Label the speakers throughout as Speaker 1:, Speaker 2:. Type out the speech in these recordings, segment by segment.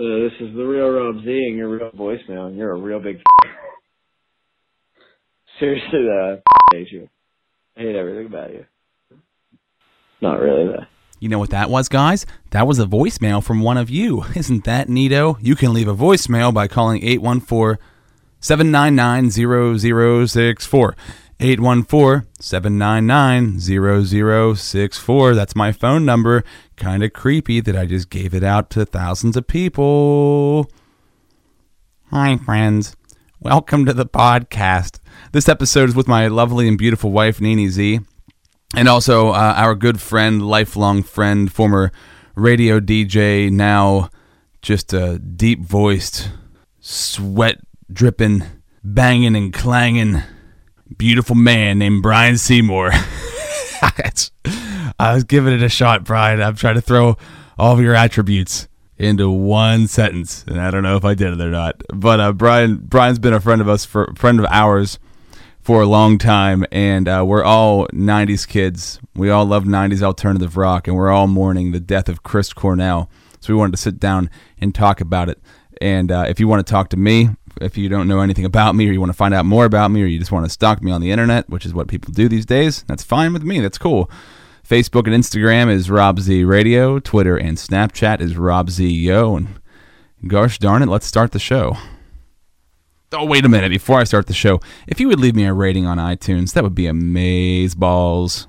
Speaker 1: Uh, this is the real Rob Z and your real voicemail, and you're a real big. Seriously, though, I hate you. I hate everything about you. Not really, though.
Speaker 2: You know what that was, guys? That was a voicemail from one of you. Isn't that neato? You can leave a voicemail by calling 814 799 0064. 814 799 0064. That's my phone number. Kind of creepy that I just gave it out to thousands of people. Hi, friends. Welcome to the podcast. This episode is with my lovely and beautiful wife, Nini Z and also uh, our good friend, lifelong friend, former radio DJ, now just a deep voiced, sweat dripping, banging and clanging, beautiful man named Brian Seymour. It's- I was giving it a shot, Brian. I'm trying to throw all of your attributes into one sentence, and I don't know if I did it or not. But uh, Brian, Brian's been a friend of us for friend of ours for a long time, and uh, we're all 90s kids. We all love 90s alternative rock, and we're all mourning the death of Chris Cornell. So we wanted to sit down and talk about it. And uh, if you want to talk to me, if you don't know anything about me, or you want to find out more about me, or you just want to stalk me on the internet, which is what people do these days, that's fine with me. That's cool. Facebook and Instagram is Rob Z Radio. Twitter and Snapchat is Rob Z Yo. And gosh darn it, let's start the show. Oh, wait a minute. Before I start the show, if you would leave me a rating on iTunes, that would be amazeballs.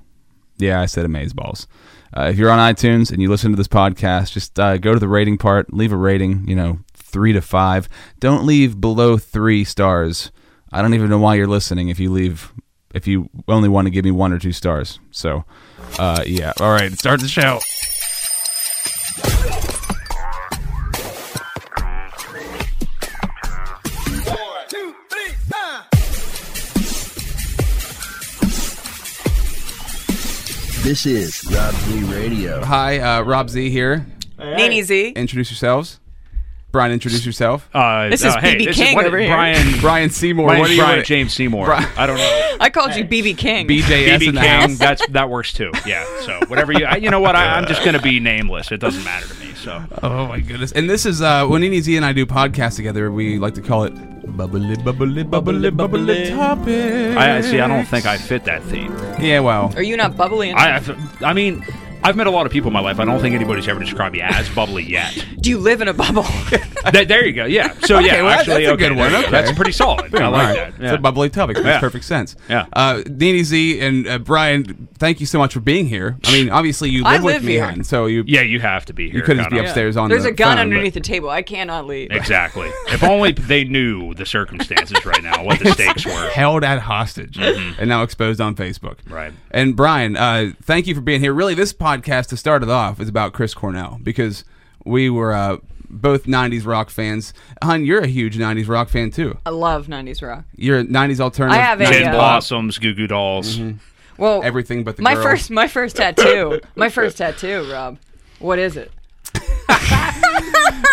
Speaker 2: Yeah, I said amazeballs. Uh, if you're on iTunes and you listen to this podcast, just uh, go to the rating part, leave a rating, you know, three to five. Don't leave below three stars. I don't even know why you're listening if you leave, if you only want to give me one or two stars. So, uh, yeah. All right, start the show.
Speaker 3: This is Rob Z Radio.
Speaker 2: Hi, uh, Rob Z here.
Speaker 4: Nene Z.
Speaker 2: Introduce yourselves. Brian, introduce yourself.
Speaker 5: Uh,
Speaker 4: This
Speaker 5: uh,
Speaker 4: is
Speaker 5: hey,
Speaker 4: BB
Speaker 5: this
Speaker 4: King
Speaker 5: what-
Speaker 4: over here.
Speaker 5: Brian,
Speaker 2: Brian Seymour.
Speaker 5: my
Speaker 2: what do
Speaker 5: name's
Speaker 2: you
Speaker 5: Brian
Speaker 2: want-
Speaker 5: James Seymour.
Speaker 2: Brian-
Speaker 5: I don't know.
Speaker 4: I called you BB King.
Speaker 2: BJS in
Speaker 5: BB
Speaker 2: the
Speaker 5: King.
Speaker 2: house.
Speaker 5: That's that works too. Yeah. So whatever you, I, you know what? I, I'm just gonna be nameless. It doesn't matter to me. So
Speaker 2: Oh my goodness! And this is uh, when Nene Z and I do podcasts together. We like to call it bubbly, bubbly, bubbly, bubbly topic.
Speaker 5: I I- see. I don't think I fit that theme.
Speaker 2: Yeah, well,
Speaker 4: Are you not bubbly enough?
Speaker 5: I, I, I mean, I've met a lot of people in my life. I don't think anybody's ever described me as bubbly yet.
Speaker 4: Do you live in a bubble?
Speaker 5: Th- there you go. Yeah. So yeah,
Speaker 2: Okay, well, that's
Speaker 5: actually,
Speaker 2: a
Speaker 5: okay,
Speaker 2: good
Speaker 5: there
Speaker 2: one.
Speaker 5: you go.
Speaker 2: Okay.
Speaker 5: That's pretty solid. I like that.
Speaker 2: It's a
Speaker 5: Yeah.
Speaker 2: bubbly topic. Makes
Speaker 5: Yeah.
Speaker 2: perfect sense.
Speaker 5: Yeah.
Speaker 2: Uh, Nene Z and uh, Brian, thank you so much for being here. I mean, obviously you
Speaker 4: I
Speaker 2: live, with
Speaker 4: live
Speaker 2: me,
Speaker 4: here.
Speaker 2: hon, so you
Speaker 5: Yeah, you have to be here.
Speaker 2: you couldn't just
Speaker 5: kinda.
Speaker 2: be upstairs on.
Speaker 4: There's
Speaker 2: the
Speaker 4: a
Speaker 2: phone,
Speaker 4: gun
Speaker 2: but-
Speaker 4: underneath the table. I cannot leave.
Speaker 5: Exactly. If only they knew the circumstances right now, what the stakes were.
Speaker 2: held at hostage and now exposed on Facebook.
Speaker 5: Mm-hmm. Right.
Speaker 2: And Brian, uh, thank you for being here. Really, this podcast to start it off is about Chris Cornell because we were uh, both '90s rock fans. Hun, you're a huge '90s rock fan too.
Speaker 4: I love 90s rock.
Speaker 2: You're a '90s alternative.
Speaker 4: I have a, uh,
Speaker 2: 90s
Speaker 5: Gin
Speaker 4: Yeah.
Speaker 2: pop,
Speaker 5: Blossoms, Goo Goo Dolls.
Speaker 2: Mm-hmm.
Speaker 4: Well,
Speaker 2: everything but the
Speaker 4: my
Speaker 2: girl.
Speaker 4: first my first tattoo. my first tattoo, Rob. What is it?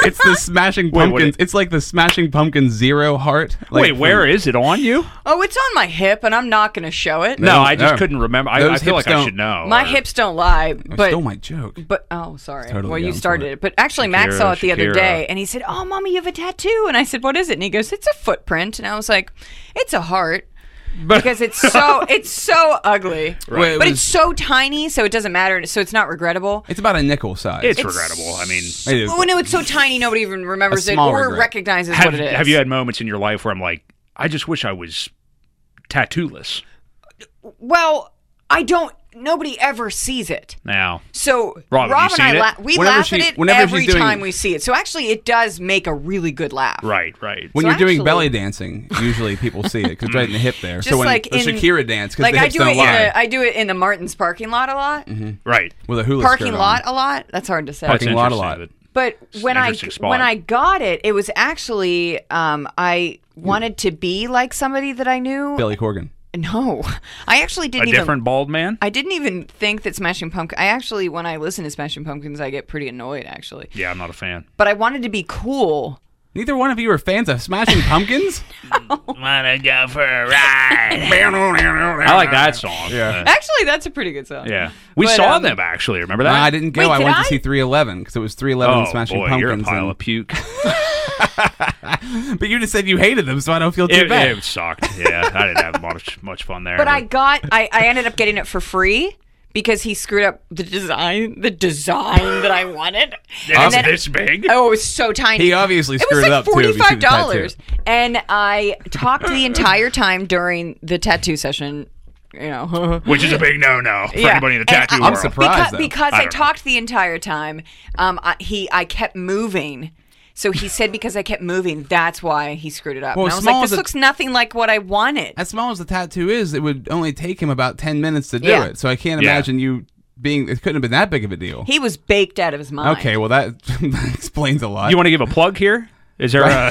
Speaker 2: It's the Smashing
Speaker 5: Wait, what
Speaker 2: Pumpkins.
Speaker 5: it-
Speaker 2: it's like the Smashing Pumpkins zero heart. Like
Speaker 5: Wait, where is it on you?
Speaker 4: Oh, it's on my hip and I'm not going to show it.
Speaker 5: No, uh, I just
Speaker 2: no.
Speaker 5: couldn't remember. I,
Speaker 2: Those
Speaker 5: I feel
Speaker 2: hips
Speaker 5: like
Speaker 2: don't-
Speaker 5: I should know.
Speaker 4: My
Speaker 5: or-
Speaker 4: hips don't lie,
Speaker 2: I
Speaker 4: but
Speaker 2: stole my joke.
Speaker 4: But oh, sorry.
Speaker 2: totally
Speaker 4: well,
Speaker 2: going
Speaker 4: you
Speaker 2: for
Speaker 4: started
Speaker 2: it.
Speaker 4: it. But actually, Max
Speaker 5: Shakira,
Speaker 4: saw it the other
Speaker 5: Shakira.
Speaker 4: day, and he said, "Oh, mommy, you have a tattoo." And I said, "What is it?" And he goes, "It's a footprint." And I was like, "It's a heart." because it's so it's so ugly,
Speaker 2: Right. Well, it
Speaker 4: but
Speaker 2: was-
Speaker 4: it's so tiny, so it doesn't matter, so it's not regrettable.
Speaker 2: It's about a nickel size.
Speaker 5: It's, regrettable. I mean,
Speaker 2: It is.
Speaker 4: Oh no, it's so tiny, nobody even remembers
Speaker 2: A
Speaker 4: it
Speaker 2: small
Speaker 4: or
Speaker 2: regret.
Speaker 4: recognizes
Speaker 5: have,
Speaker 4: what it is.
Speaker 5: have you had moments in your life where I'm like, I just wish I was tattooless
Speaker 4: Well, I don't. Nobody ever sees it.
Speaker 5: now?
Speaker 4: So
Speaker 5: Rob, have you
Speaker 4: and
Speaker 5: seen
Speaker 4: I
Speaker 5: it?
Speaker 4: la- we
Speaker 2: Whenever
Speaker 4: laugh
Speaker 2: she-
Speaker 4: at it
Speaker 2: whenever she's
Speaker 4: every
Speaker 2: doing-
Speaker 4: time we see it. So actually, it does make a really good laugh.
Speaker 5: Right, right.
Speaker 2: When
Speaker 4: So
Speaker 2: you're doing
Speaker 4: actually-
Speaker 2: belly dancing, usually people see it because right in the hip there. so
Speaker 4: Just
Speaker 2: when
Speaker 4: like
Speaker 2: the
Speaker 4: in-
Speaker 2: Shakira dance, because
Speaker 4: Like
Speaker 2: the
Speaker 4: I
Speaker 2: hips
Speaker 4: do
Speaker 2: don't
Speaker 4: it in
Speaker 2: lie.
Speaker 4: the I do it in the Martin's parking lot a lot.
Speaker 5: Mm-hmm. right.
Speaker 2: with a hula
Speaker 4: Parking
Speaker 2: skirt on.
Speaker 4: lot a lot. That's hard to say.
Speaker 5: That's
Speaker 2: Parking lot a
Speaker 5: interesting
Speaker 2: lot.
Speaker 5: that-
Speaker 4: But when I
Speaker 5: interesting spot.
Speaker 4: when I got it, it was actually um, I wanted to be like somebody that I knew.
Speaker 2: Billy Corgan.
Speaker 4: No, I actually
Speaker 5: A
Speaker 4: didn't even.
Speaker 5: different bald man?
Speaker 4: I didn't even think that Smashing Pumpkins. I actually, when I listen to Smashing Pumpkins, I get pretty annoyed actually.
Speaker 5: yeah, I'm not a fan.
Speaker 4: But I wanted to be cool,
Speaker 2: Neither one of you are fans of Smashing Pumpkins?
Speaker 5: Wanna go for a ride? I
Speaker 2: I
Speaker 5: like that song. Yeah.
Speaker 4: Actually, that's a pretty good song.
Speaker 5: Yeah. We
Speaker 4: But,
Speaker 5: saw
Speaker 4: um,
Speaker 5: them actually. Remember that?
Speaker 2: Uh, I didn't go.
Speaker 4: Wait,
Speaker 2: I
Speaker 4: did
Speaker 2: went
Speaker 4: I?
Speaker 2: to see 311 because it was 311
Speaker 5: Oh
Speaker 2: and Smashing
Speaker 5: boy,
Speaker 2: Pumpkins.
Speaker 5: you're a pile
Speaker 2: and-
Speaker 5: of puke.
Speaker 2: but you just said you hated them, so I don't feel too
Speaker 5: it,
Speaker 2: bad.
Speaker 5: it sucked. Yeah, I didn't have much much fun there.
Speaker 4: But I got, I, I ended up getting it for free because he screwed up the design, the design that I wanted.
Speaker 5: It's
Speaker 4: And then-
Speaker 5: this big.
Speaker 4: Oh, it was so tiny.
Speaker 2: He obviously
Speaker 4: it was
Speaker 2: screwed
Speaker 4: like
Speaker 2: it up, too, if you
Speaker 4: Forty
Speaker 2: see the
Speaker 4: five dollars,
Speaker 2: tattoo.
Speaker 4: and I talked the entire time during the tattoo session. You know,
Speaker 5: Which is a big no no for
Speaker 4: Yeah.
Speaker 5: anybody in the
Speaker 4: And
Speaker 5: tattoo
Speaker 4: I'm
Speaker 5: world.
Speaker 2: surprised.
Speaker 4: because,
Speaker 2: though.
Speaker 4: because
Speaker 5: I
Speaker 4: I,
Speaker 5: don't know.
Speaker 4: talked the entire time. Um, I, he I kept moving. So he said because I kept moving, that's why he screwed it up.
Speaker 2: Well,
Speaker 4: and I was
Speaker 2: small
Speaker 4: like,
Speaker 2: is
Speaker 4: this
Speaker 2: a-
Speaker 4: looks nothing like what I wanted.
Speaker 2: as small as the tattoo is, it would only take him about 10 minutes to do
Speaker 4: Yeah.
Speaker 2: it. So I can't
Speaker 5: Yeah.
Speaker 2: imagine you being, it couldn't have been that big of a deal.
Speaker 4: He was baked out of his mind.
Speaker 2: okay, well, that, that explains a lot.
Speaker 5: You want to give a plug here? Is there a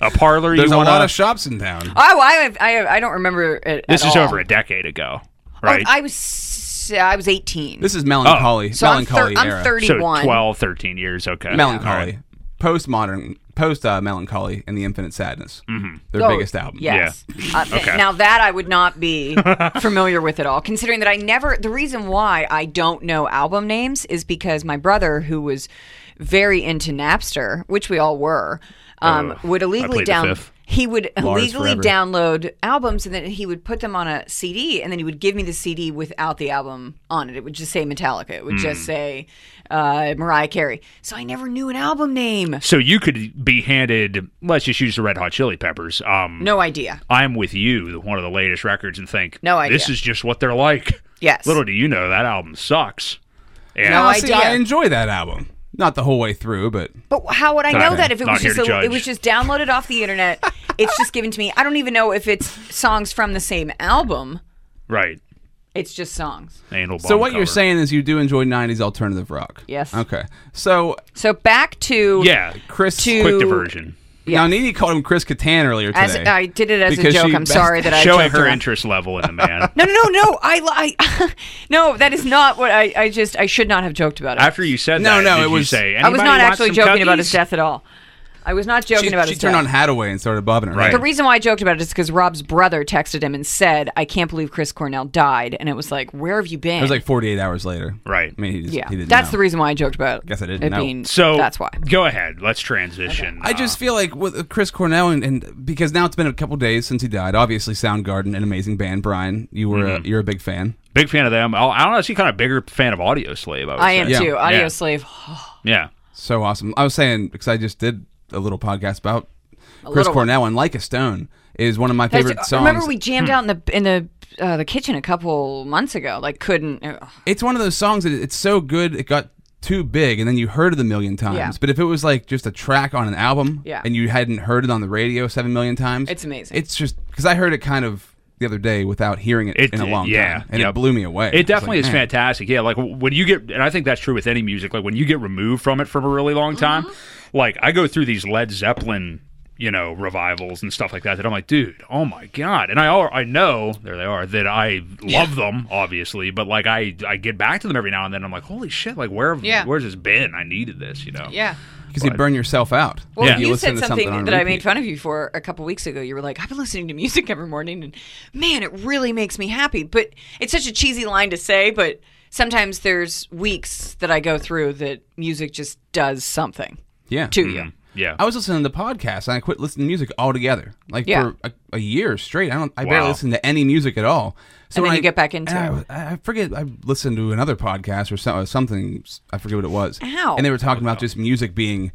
Speaker 5: a parlor
Speaker 2: There's
Speaker 5: you
Speaker 2: a
Speaker 5: want
Speaker 2: lot of shops in town.
Speaker 4: Oh, I I, I don't remember it. at
Speaker 5: This is
Speaker 4: all.
Speaker 5: over a decade ago,
Speaker 4: Oh,
Speaker 5: right?
Speaker 4: I was s- I was eighteen.
Speaker 2: This is melancholy.
Speaker 4: Oh. so I'm, thir-
Speaker 2: melancholy era.
Speaker 4: I'm
Speaker 5: so
Speaker 4: 31.
Speaker 5: 12, 13 years. Okay. All
Speaker 2: melancholy.
Speaker 5: right.
Speaker 2: Postmodern, post uh, melancholy, and the infinite sadness. Mm-hmm. Their
Speaker 4: Oh,
Speaker 2: biggest album.
Speaker 4: Yes. Uh, th- Now that I would not be familiar with at all, considering that I never. The reason why I don't know album names is because my brother, who was very into Napster, which we all were, um,
Speaker 5: Oh,
Speaker 4: would
Speaker 5: I
Speaker 4: illegally
Speaker 5: plead the
Speaker 4: down.
Speaker 5: fifth.
Speaker 4: He would
Speaker 2: Lars
Speaker 4: illegally
Speaker 2: forever.
Speaker 4: download albums and then he would put them on a CD and then he would give me the CD without the album on it. It would just say Metallica. It
Speaker 5: Hmm.
Speaker 4: would just say uh, Mariah Carey. So I never knew an album name.
Speaker 5: So you could be handed, let's just use the Red Hot Chili Peppers. Um,
Speaker 4: No idea.
Speaker 5: I'm with you, one of the latest records, and think,
Speaker 4: No idea.
Speaker 5: This is just what they're like.
Speaker 4: Yes.
Speaker 5: Little do you know that album sucks. And
Speaker 4: No
Speaker 2: I, see,
Speaker 4: idea.
Speaker 2: I enjoy that album. Not the whole way through, but
Speaker 4: But how would I know
Speaker 5: Okay.
Speaker 4: that if it
Speaker 5: Not
Speaker 4: was
Speaker 5: here
Speaker 4: just
Speaker 5: to
Speaker 4: a, it
Speaker 5: judge.
Speaker 4: was just downloaded off the internet? it's just given to me. I don't even know if it's songs from the same album.
Speaker 5: right,
Speaker 4: It's just songs.
Speaker 5: anal.
Speaker 2: so
Speaker 5: bomb
Speaker 2: what you're
Speaker 5: cover.
Speaker 2: saying is you do enjoy '90s alternative rock.
Speaker 4: Yes.
Speaker 2: Okay. So
Speaker 4: So back to
Speaker 5: Yeah,
Speaker 2: Chris,
Speaker 4: To-
Speaker 5: quick diversion.
Speaker 2: now Nene called him Chris Catan earlier
Speaker 4: As
Speaker 2: today.
Speaker 4: I did it as
Speaker 2: Because
Speaker 4: a joke.
Speaker 2: she
Speaker 4: I'm
Speaker 2: best-
Speaker 4: sorry that I
Speaker 5: Showing
Speaker 4: joked
Speaker 5: her
Speaker 4: around.
Speaker 5: interest level in the man.
Speaker 4: No, no, no, no. I, li- I no, that is not what I. I just I should not have joked about it.
Speaker 5: After you said
Speaker 2: No,
Speaker 5: that,
Speaker 2: no,
Speaker 5: did
Speaker 2: it
Speaker 5: you
Speaker 2: was-
Speaker 5: say,
Speaker 4: I was
Speaker 5: "Anybody
Speaker 4: not
Speaker 5: want
Speaker 4: actually
Speaker 5: some
Speaker 4: joking about his
Speaker 5: cookies?"
Speaker 4: death at all. I was not joking
Speaker 2: she,
Speaker 4: about
Speaker 2: she
Speaker 4: his
Speaker 2: turned
Speaker 4: death.
Speaker 2: on Hadaway and started bobbing her
Speaker 5: Right.
Speaker 4: The reason why I joked about it is because Rob's brother texted him and said, "I can't believe Chris Cornell died," and it was like, "Where have you been?"
Speaker 2: It was like 48 hours later.
Speaker 5: Right.
Speaker 2: I mean, he just
Speaker 4: Yeah,
Speaker 2: he didn't
Speaker 4: that's
Speaker 2: know.
Speaker 4: the reason why I joked about.
Speaker 2: Guess I didn't
Speaker 4: it
Speaker 2: know.
Speaker 4: Being,
Speaker 5: So
Speaker 4: that's why.
Speaker 5: Go ahead. Let's transition.
Speaker 2: I
Speaker 5: Uh,
Speaker 2: just feel like with Chris Cornell and, and because now it's been a couple days since he died. Obviously, Soundgarden, an amazing band. Brian, you were
Speaker 4: Mm-hmm.
Speaker 2: a, you're a big fan.
Speaker 5: big fan of them. I'll- I'm honestly kind of bigger fan of Audio Slave. I, would
Speaker 4: I
Speaker 5: say.
Speaker 4: am
Speaker 2: Yeah.
Speaker 4: too. Audio
Speaker 5: Yeah.
Speaker 4: slave.
Speaker 5: Yeah.
Speaker 2: So awesome. I was saying because I just did a little podcast about Chris
Speaker 4: little one.
Speaker 2: Cornell and Like a Stone is one of my favorite
Speaker 4: That's-
Speaker 2: songs. Hmm.
Speaker 4: Remember we jammed out in the in the uh, the kitchen a couple months ago. Like couldn't. uh,
Speaker 2: it's one of those songs that it's so good it got too big and then you heard it a million times.
Speaker 4: Yeah.
Speaker 2: But if it was like just a track on an album
Speaker 4: Yeah.
Speaker 2: and you hadn't heard it on the radio seven million times,
Speaker 4: It's amazing.
Speaker 2: It's just because I heard it kind of the other day without hearing it,
Speaker 5: It-
Speaker 2: in a long
Speaker 5: yeah,
Speaker 2: time, and it
Speaker 5: yep.
Speaker 2: blew me away. I
Speaker 5: It
Speaker 2: was
Speaker 5: definitely
Speaker 2: like,
Speaker 5: is
Speaker 2: "Man."
Speaker 5: fantastic. Yeah, like w- when you get, and I think that's true with any music. Like when you get removed from it for a really long
Speaker 4: Mm-hmm.
Speaker 5: time, like I go through these Led Zeppelin, you know, revivals and stuff like that. That I'm like, dude, oh my god! And I, al- I know there they are that I love them, obviously, but like I, I get back to them every now and then. I'm like, holy shit! Like where,
Speaker 4: Yeah.
Speaker 5: where's this been? I needed this, you know.
Speaker 4: Yeah.
Speaker 2: because you burn yourself out.
Speaker 4: Well,
Speaker 5: Yeah.
Speaker 2: If
Speaker 4: you,
Speaker 2: listen
Speaker 4: said
Speaker 2: to
Speaker 4: something,
Speaker 2: on
Speaker 4: that I
Speaker 2: repeat.
Speaker 4: made fun of you for a couple weeks ago. You were like, "I've been listening to music every morning, and man, it really makes me happy." But it's such a cheesy line to say, but sometimes there's weeks that I go through that music just does something
Speaker 2: Yeah,
Speaker 4: to you.
Speaker 5: Yeah.
Speaker 2: I was listening to podcasts and I quit listening to music altogether. Like
Speaker 4: Yeah.
Speaker 2: for a, a year straight, I don't. I barely
Speaker 5: Wow.
Speaker 2: listen to any music at all. So
Speaker 4: And then
Speaker 2: when
Speaker 4: you
Speaker 2: I-
Speaker 4: get back into
Speaker 2: and I, I forget. I listened to another podcast or so, uh, something. I forget what it was.
Speaker 4: Ow.
Speaker 2: And they were
Speaker 5: Oh,
Speaker 2: talking about just music being,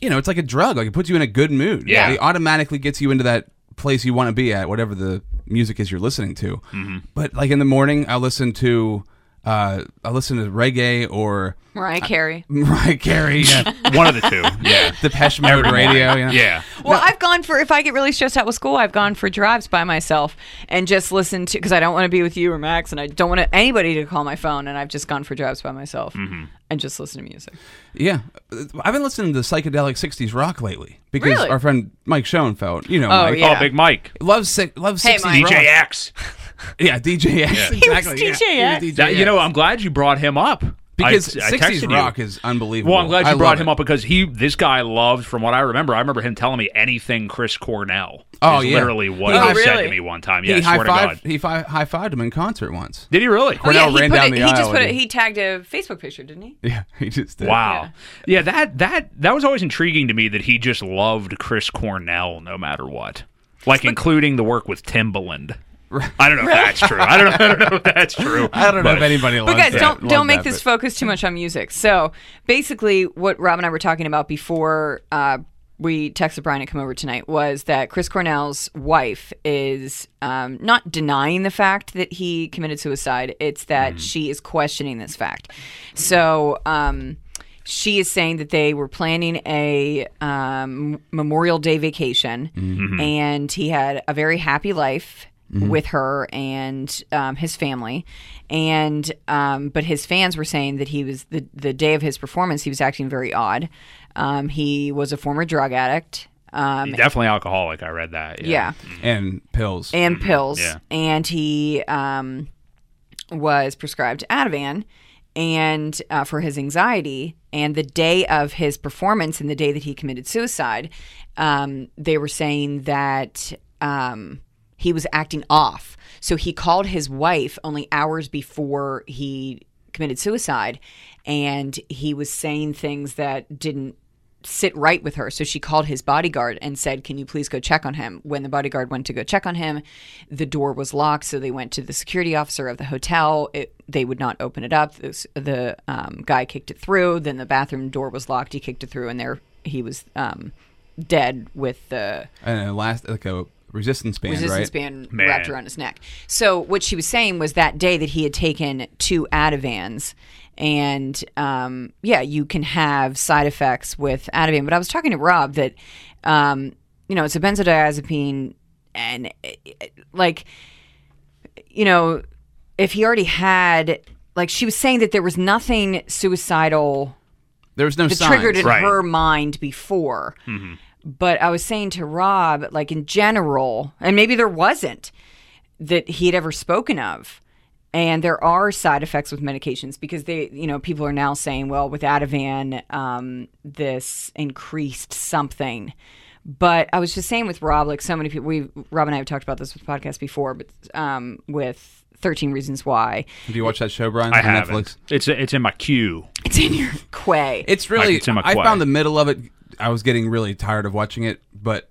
Speaker 2: you know, it's like a drug. Like it puts you in a good mood.
Speaker 5: Yeah.
Speaker 2: it automatically gets you into that place you want to be at, whatever the music is you're listening to.
Speaker 5: Mm-hmm.
Speaker 2: But like in the morning, I listen to. Uh, I listen to reggae or
Speaker 4: Mariah Carey.
Speaker 2: Mariah Carey, yeah.
Speaker 5: One of the two. Yeah.
Speaker 2: Depeche Mode radio. Yeah.
Speaker 5: Yeah.
Speaker 4: Well, I've gone for if I get really stressed out with school, I've gone for drives by myself and just listen to because I don't want to be with you or Max, and I don't want anybody to call my phone, and I've just gone for drives by myself
Speaker 2: Mm-hmm.
Speaker 4: and just listen to music.
Speaker 2: Yeah, Uh, I've been listening to psychedelic '60s rock lately because
Speaker 4: Really?
Speaker 2: our friend Mike Schoenfeld, you know,
Speaker 4: Oh,
Speaker 2: Mike,
Speaker 4: yeah.
Speaker 5: Oh, Big Mike.
Speaker 2: loves si- loves
Speaker 4: Hey,
Speaker 2: '60s
Speaker 4: Mike.
Speaker 2: rock.
Speaker 5: DJ X.
Speaker 2: Yeah, DJ X.
Speaker 4: He was
Speaker 2: Exactly. yeah.
Speaker 4: DJ
Speaker 2: He was
Speaker 4: X.
Speaker 2: DJ
Speaker 5: That- you know,
Speaker 2: X.
Speaker 5: I'm glad you brought him up
Speaker 2: because
Speaker 5: I, I
Speaker 2: sixties
Speaker 5: texted you.
Speaker 2: rock is unbelievable.
Speaker 5: Well, I'm glad you
Speaker 2: I
Speaker 5: brought
Speaker 2: love
Speaker 5: him
Speaker 2: it.
Speaker 5: up because he, this guy loved, from what I remember, I remember him telling me anything Chris Cornell.
Speaker 2: Oh,
Speaker 5: is
Speaker 2: yeah.
Speaker 5: literally what
Speaker 2: Oh,
Speaker 5: he said to
Speaker 4: really?
Speaker 5: me one time. Yeah,
Speaker 2: He
Speaker 5: I
Speaker 2: high
Speaker 5: swear to God.
Speaker 2: fived. He fi- high fived him in concert once.
Speaker 5: Did he really?
Speaker 2: Cornell
Speaker 4: Oh, yeah, he
Speaker 2: ran
Speaker 4: put
Speaker 2: down
Speaker 4: it,
Speaker 2: the
Speaker 4: he
Speaker 2: aisle
Speaker 4: just put
Speaker 2: and
Speaker 4: it,
Speaker 2: he-
Speaker 4: he tagged a Facebook picture, didn't he?
Speaker 2: Yeah, he just did.
Speaker 5: Wow. Yeah. that that that was always intriguing to me that he just loved Chris Cornell no matter what. Like including the work with Timbaland. I don't know if that's true. I don't know, I don't know if that's true.
Speaker 2: I don't know
Speaker 5: But-
Speaker 2: if anybody.
Speaker 4: But
Speaker 2: loves
Speaker 4: guys,
Speaker 2: that-
Speaker 4: don't
Speaker 2: loved
Speaker 4: don't make
Speaker 2: that
Speaker 4: this
Speaker 2: bit.
Speaker 4: focus too much on music. So basically, what Rob and I were talking about before uh, we texted Brian to come over tonight was that Chris Cornell's wife is um, not denying the fact that he committed suicide. It's that she is questioning this fact. So. Um, she is saying that they were planning a um, Memorial Day vacation, and he had a very happy life with her and um, his family. And um, but his fans were saying that he was the the day of his performance, he was acting very odd. Um, he was a former drug addict. Um,
Speaker 5: Definitely alcoholic. I read that. Yeah.
Speaker 4: yeah
Speaker 2: and pills.
Speaker 4: and pills,
Speaker 5: Yeah.
Speaker 4: and he um, was prescribed Ativan, and uh, for his anxiety. And the day of his performance, and the day that he committed suicide, um, they were saying that um, he was acting off. So he called his wife only hours before he committed suicide, and he was saying things that didn't sit right with her. So she called his bodyguard and said, Can you please go check on him? When the bodyguard went to go check on him, the door was locked. So they went to the security officer of the hotel. It, they would not open it up. This, the um, guy kicked it through. Then the bathroom door was locked. He kicked it through, and there he was um, dead with the
Speaker 2: And a last like a resistance band,
Speaker 4: resistance
Speaker 2: right?
Speaker 4: band
Speaker 5: Man.
Speaker 4: wrapped around his neck. So what she was saying was that day that he had taken two Ativans, and um, yeah, you can have side effects with Ativan. But I was talking to Rob that um, you know it's a benzodiazepine, and it- it- like you know if he already had like she was saying that there was nothing suicidal
Speaker 2: There was no
Speaker 4: that
Speaker 2: signs. Mm-hmm.
Speaker 4: triggered in
Speaker 5: Right.
Speaker 4: her mind before. But I was saying to Rob, like in general, and maybe there wasn't that he had ever spoken of. And there are side effects with medications because they, you know, people are now saying, well, with Ativan, um, this increased something. But I was just saying with Rob, like so many people, we Rob and I have talked about this with podcast before, but um, with Thirteen Reasons Why,
Speaker 2: Do you watch that show, Brian?
Speaker 5: I
Speaker 2: on
Speaker 5: have
Speaker 2: Netflix.
Speaker 5: It's it's in my queue.
Speaker 4: it's in your quay.
Speaker 2: It's really.
Speaker 5: it's in my
Speaker 2: I
Speaker 5: quad.
Speaker 2: found the middle of it. I was getting really tired of watching it, but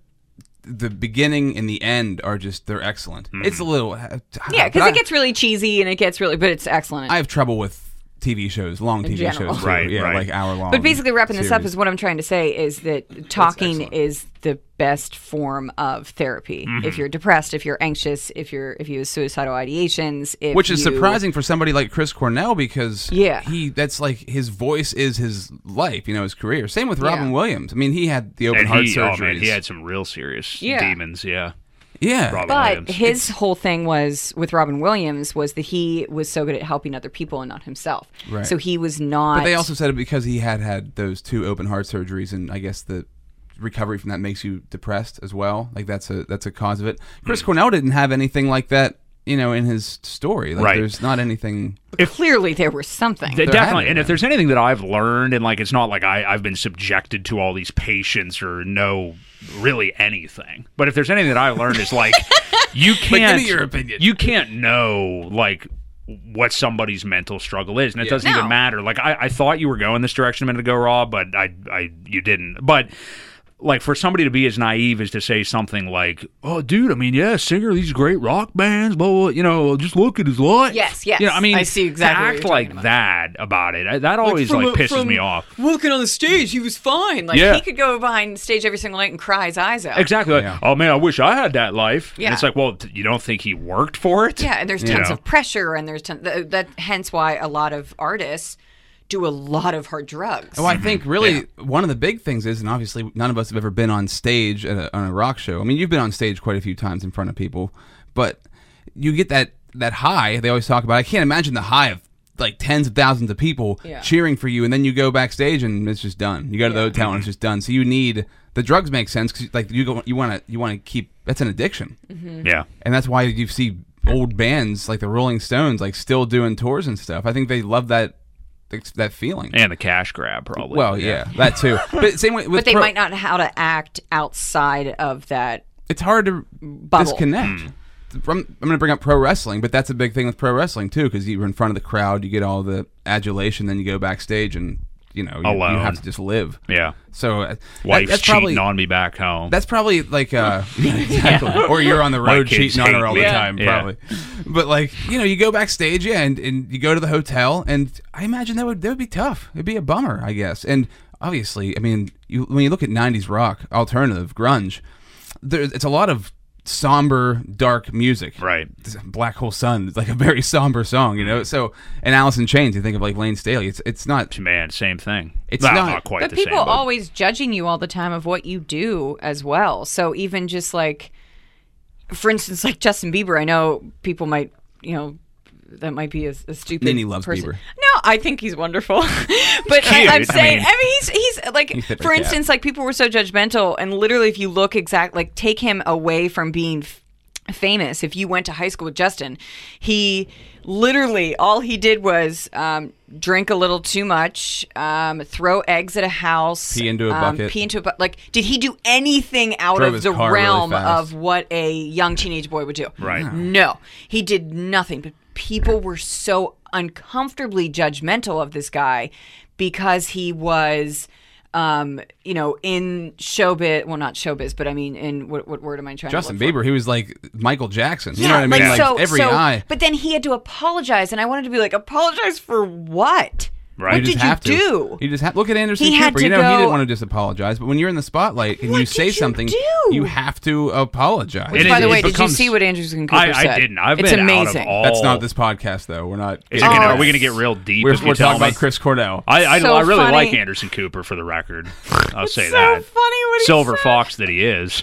Speaker 2: the beginning and the end are just they're excellent.
Speaker 5: Hmm.
Speaker 2: It's a little. uh,
Speaker 4: yeah,
Speaker 2: but
Speaker 4: because
Speaker 2: I-
Speaker 4: it gets really cheesy and it gets really, but it's excellent.
Speaker 2: I have trouble with TV shows, long TV
Speaker 4: general.
Speaker 2: shows, too.
Speaker 5: Right,
Speaker 2: Yeah,
Speaker 5: right.
Speaker 2: like hour long.
Speaker 4: But basically, wrapping this up
Speaker 2: Um, series.
Speaker 4: is what I'm trying to say is that talking
Speaker 2: excellent.
Speaker 4: is the best form of therapy. If you're depressed, if you're anxious, if you're if you have suicidal ideations, if
Speaker 2: which is
Speaker 4: you-
Speaker 2: surprising for somebody like Chris Cornell because
Speaker 4: Yeah.
Speaker 2: he that's like his voice is his life, you know, his career. Same with Robin
Speaker 4: Yeah.
Speaker 2: Williams. I mean, he had the open
Speaker 5: And
Speaker 2: heart
Speaker 5: he, oh
Speaker 2: surgeries.
Speaker 5: man, he had some real serious
Speaker 4: Yeah.
Speaker 5: demons. Yeah.
Speaker 2: yeah,
Speaker 5: Robin
Speaker 4: But
Speaker 5: Williams.
Speaker 4: his whole thing was with Robin Williams was that he was so good at helping other people and not himself.
Speaker 2: Right.
Speaker 4: So he was not.
Speaker 2: but they also said it because he had had those two open heart surgeries, and I guess the recovery from that makes you depressed as well. Like that's a that's a cause of it. Chris Cornell didn't have anything like that, you know, in his story. Like
Speaker 5: Right.
Speaker 2: there's not anything.
Speaker 4: clearly there was something.
Speaker 5: Th-
Speaker 2: There had
Speaker 5: definitely.
Speaker 2: to
Speaker 5: And
Speaker 2: be.
Speaker 5: if there's anything that I've learned, and like it's not like I, I've been subjected to all these patients or know really anything, but if there's anything that I've learned is like you
Speaker 2: me
Speaker 5: can't
Speaker 2: your opinion.
Speaker 5: You can't know like what somebody's mental struggle is, and it doesn't
Speaker 4: No.
Speaker 5: even matter. Like I, I thought you were going this direction a minute ago, Rob, but I, I, you didn't. But like for somebody to be as naive as to say something like, "Oh, dude, I mean, yeah, singer of these great rock bands, blah, blah, blah, you know, just look at his life."
Speaker 4: Yes, yes.
Speaker 5: You know, I mean,
Speaker 4: I see exactly
Speaker 5: to
Speaker 4: what
Speaker 5: act
Speaker 4: you're
Speaker 5: like
Speaker 4: talking about.
Speaker 5: that about it. I, that always like, pisses me off.
Speaker 4: Walking on the stage, he was fine. Like
Speaker 5: Yeah.
Speaker 4: he could go behind stage every single night and cry his eyes out.
Speaker 5: Exactly. Like,
Speaker 2: Yeah.
Speaker 5: Oh man, I wish I had that life. And
Speaker 4: Yeah.
Speaker 5: it's like, well, t- you don't think he worked for it?
Speaker 4: Yeah, and there's tons
Speaker 5: know?
Speaker 4: of pressure, and there's ton- th- that. Hence, why a lot of artists do a lot of hard drugs.
Speaker 2: Well, Oh, I think really one of the big things is, and obviously none of us have ever been on stage at a, on a rock show. I mean, you've been on stage quite a few times in front of people, but you get that that high they always talk about. I can't imagine the high of like tens of thousands of people
Speaker 4: Yeah.
Speaker 2: cheering for you, and then you go backstage and it's just done. You go to the hotel and it's just done. So you need the drugs make sense because like you go, you want to you want to keep that's an addiction,
Speaker 5: Yeah.
Speaker 2: and that's why you see old bands like the Rolling Stones like still doing tours and stuff. I think they love that that feeling.
Speaker 5: and the cash grab probably.
Speaker 2: well, yeah, that too. But same way with
Speaker 4: but they
Speaker 2: pro-
Speaker 4: might not know how to act outside of that.
Speaker 2: It's hard to disconnect.
Speaker 5: Hmm.
Speaker 2: From, I'm going to bring up pro wrestling, but that's a big thing with pro wrestling too, because you're in front of the crowd, you get all the adulation, then you go backstage, and you know you, you
Speaker 5: Alone.
Speaker 2: have to just live.
Speaker 5: yeah.
Speaker 2: So uh, that-
Speaker 5: Wife's
Speaker 2: that's
Speaker 5: cheating
Speaker 2: probably
Speaker 5: on me back home.
Speaker 2: That's probably like uh yeah, exactly. or you're on the
Speaker 5: My
Speaker 2: road
Speaker 5: kids
Speaker 2: cheating on her all the
Speaker 5: hate me.
Speaker 2: time,
Speaker 5: Yeah.
Speaker 2: probably. But like, you know, you go backstage, yeah, and, and you go to the hotel and I imagine that would that would be tough. It'd be a bummer, I guess. And obviously, I mean, you when you look at nineties rock, alternative, grunge, there it's a lot of somber, dark music.
Speaker 5: Right.
Speaker 2: Black Hole Sun is like a very somber song, you know. So and Alice in Chains, you think of like Lane Staley. It's it's not
Speaker 5: Man, same thing.
Speaker 2: It's
Speaker 5: Nah,
Speaker 2: not-
Speaker 5: quite
Speaker 4: But
Speaker 5: the
Speaker 4: people
Speaker 5: same. but-
Speaker 4: always judging you all the time of what you do as well. So even just like, for instance, like Justin Bieber, I know people might, you know, that might be a, a stupid.
Speaker 2: Nene loves
Speaker 4: person.
Speaker 2: Bieber.
Speaker 4: No, I think he's wonderful. but I,
Speaker 5: cute.
Speaker 4: I'm
Speaker 5: I
Speaker 4: saying,
Speaker 5: mean-
Speaker 4: I mean, he's he's like,
Speaker 2: fit like
Speaker 4: for
Speaker 2: that.
Speaker 4: instance, like people were so judgmental, and literally, if you look exact, like take him away from being. F- famous if you went to high school with justin he literally all he did was um, drink a little too much um, throw eggs at a house
Speaker 2: Pee into a
Speaker 4: um,
Speaker 2: bucket.
Speaker 4: pee into a bu- like did he do anything out
Speaker 2: Drove
Speaker 4: of
Speaker 2: his
Speaker 4: the
Speaker 2: car really
Speaker 4: realm
Speaker 2: fast.
Speaker 4: of what a young teenage boy would do
Speaker 5: Right. Yeah.
Speaker 4: no he did nothing but people were so uncomfortably judgmental of this guy because he was um, you know, in showbiz, well, not showbiz, but I mean, in what, what word am I trying
Speaker 2: Justin
Speaker 4: to look for?
Speaker 2: Bieber, he was like Michael Jackson. You know what I mean? Like, every eye.
Speaker 4: But then he had to apologize, and I wanted to be like, apologize for what?
Speaker 5: Right.
Speaker 4: What
Speaker 5: You
Speaker 4: did
Speaker 2: just
Speaker 4: you
Speaker 2: have to.
Speaker 4: do?
Speaker 2: You just have look at Anderson
Speaker 4: He had
Speaker 2: Cooper. You
Speaker 4: to
Speaker 2: know he didn't
Speaker 4: go-
Speaker 2: want to just apologize, but when you're in the spotlight and
Speaker 4: What
Speaker 2: you
Speaker 4: did
Speaker 2: say
Speaker 4: you
Speaker 2: something,
Speaker 4: do?
Speaker 2: you have to apologize.
Speaker 5: It
Speaker 4: By
Speaker 5: is-
Speaker 4: the
Speaker 5: it
Speaker 4: way, did you
Speaker 5: becomes-
Speaker 4: see what Anderson Cooper
Speaker 5: I,
Speaker 4: said?
Speaker 5: I didn't. I've
Speaker 4: it's
Speaker 5: been out
Speaker 4: amazing.
Speaker 5: of all.
Speaker 2: That's not this podcast, though. We're not.
Speaker 5: Is it gonna,
Speaker 4: Oh.
Speaker 5: are we going to get real deep?
Speaker 2: We're,
Speaker 5: if you
Speaker 2: we're
Speaker 5: tell
Speaker 2: talking about
Speaker 5: us?
Speaker 2: Chris Cornell.
Speaker 5: I I,
Speaker 4: So
Speaker 5: I really
Speaker 4: funny.
Speaker 5: like Anderson Cooper for the record. I'll say
Speaker 4: so
Speaker 5: that.
Speaker 4: funny what he
Speaker 5: Silver
Speaker 4: said.
Speaker 5: fox that he is.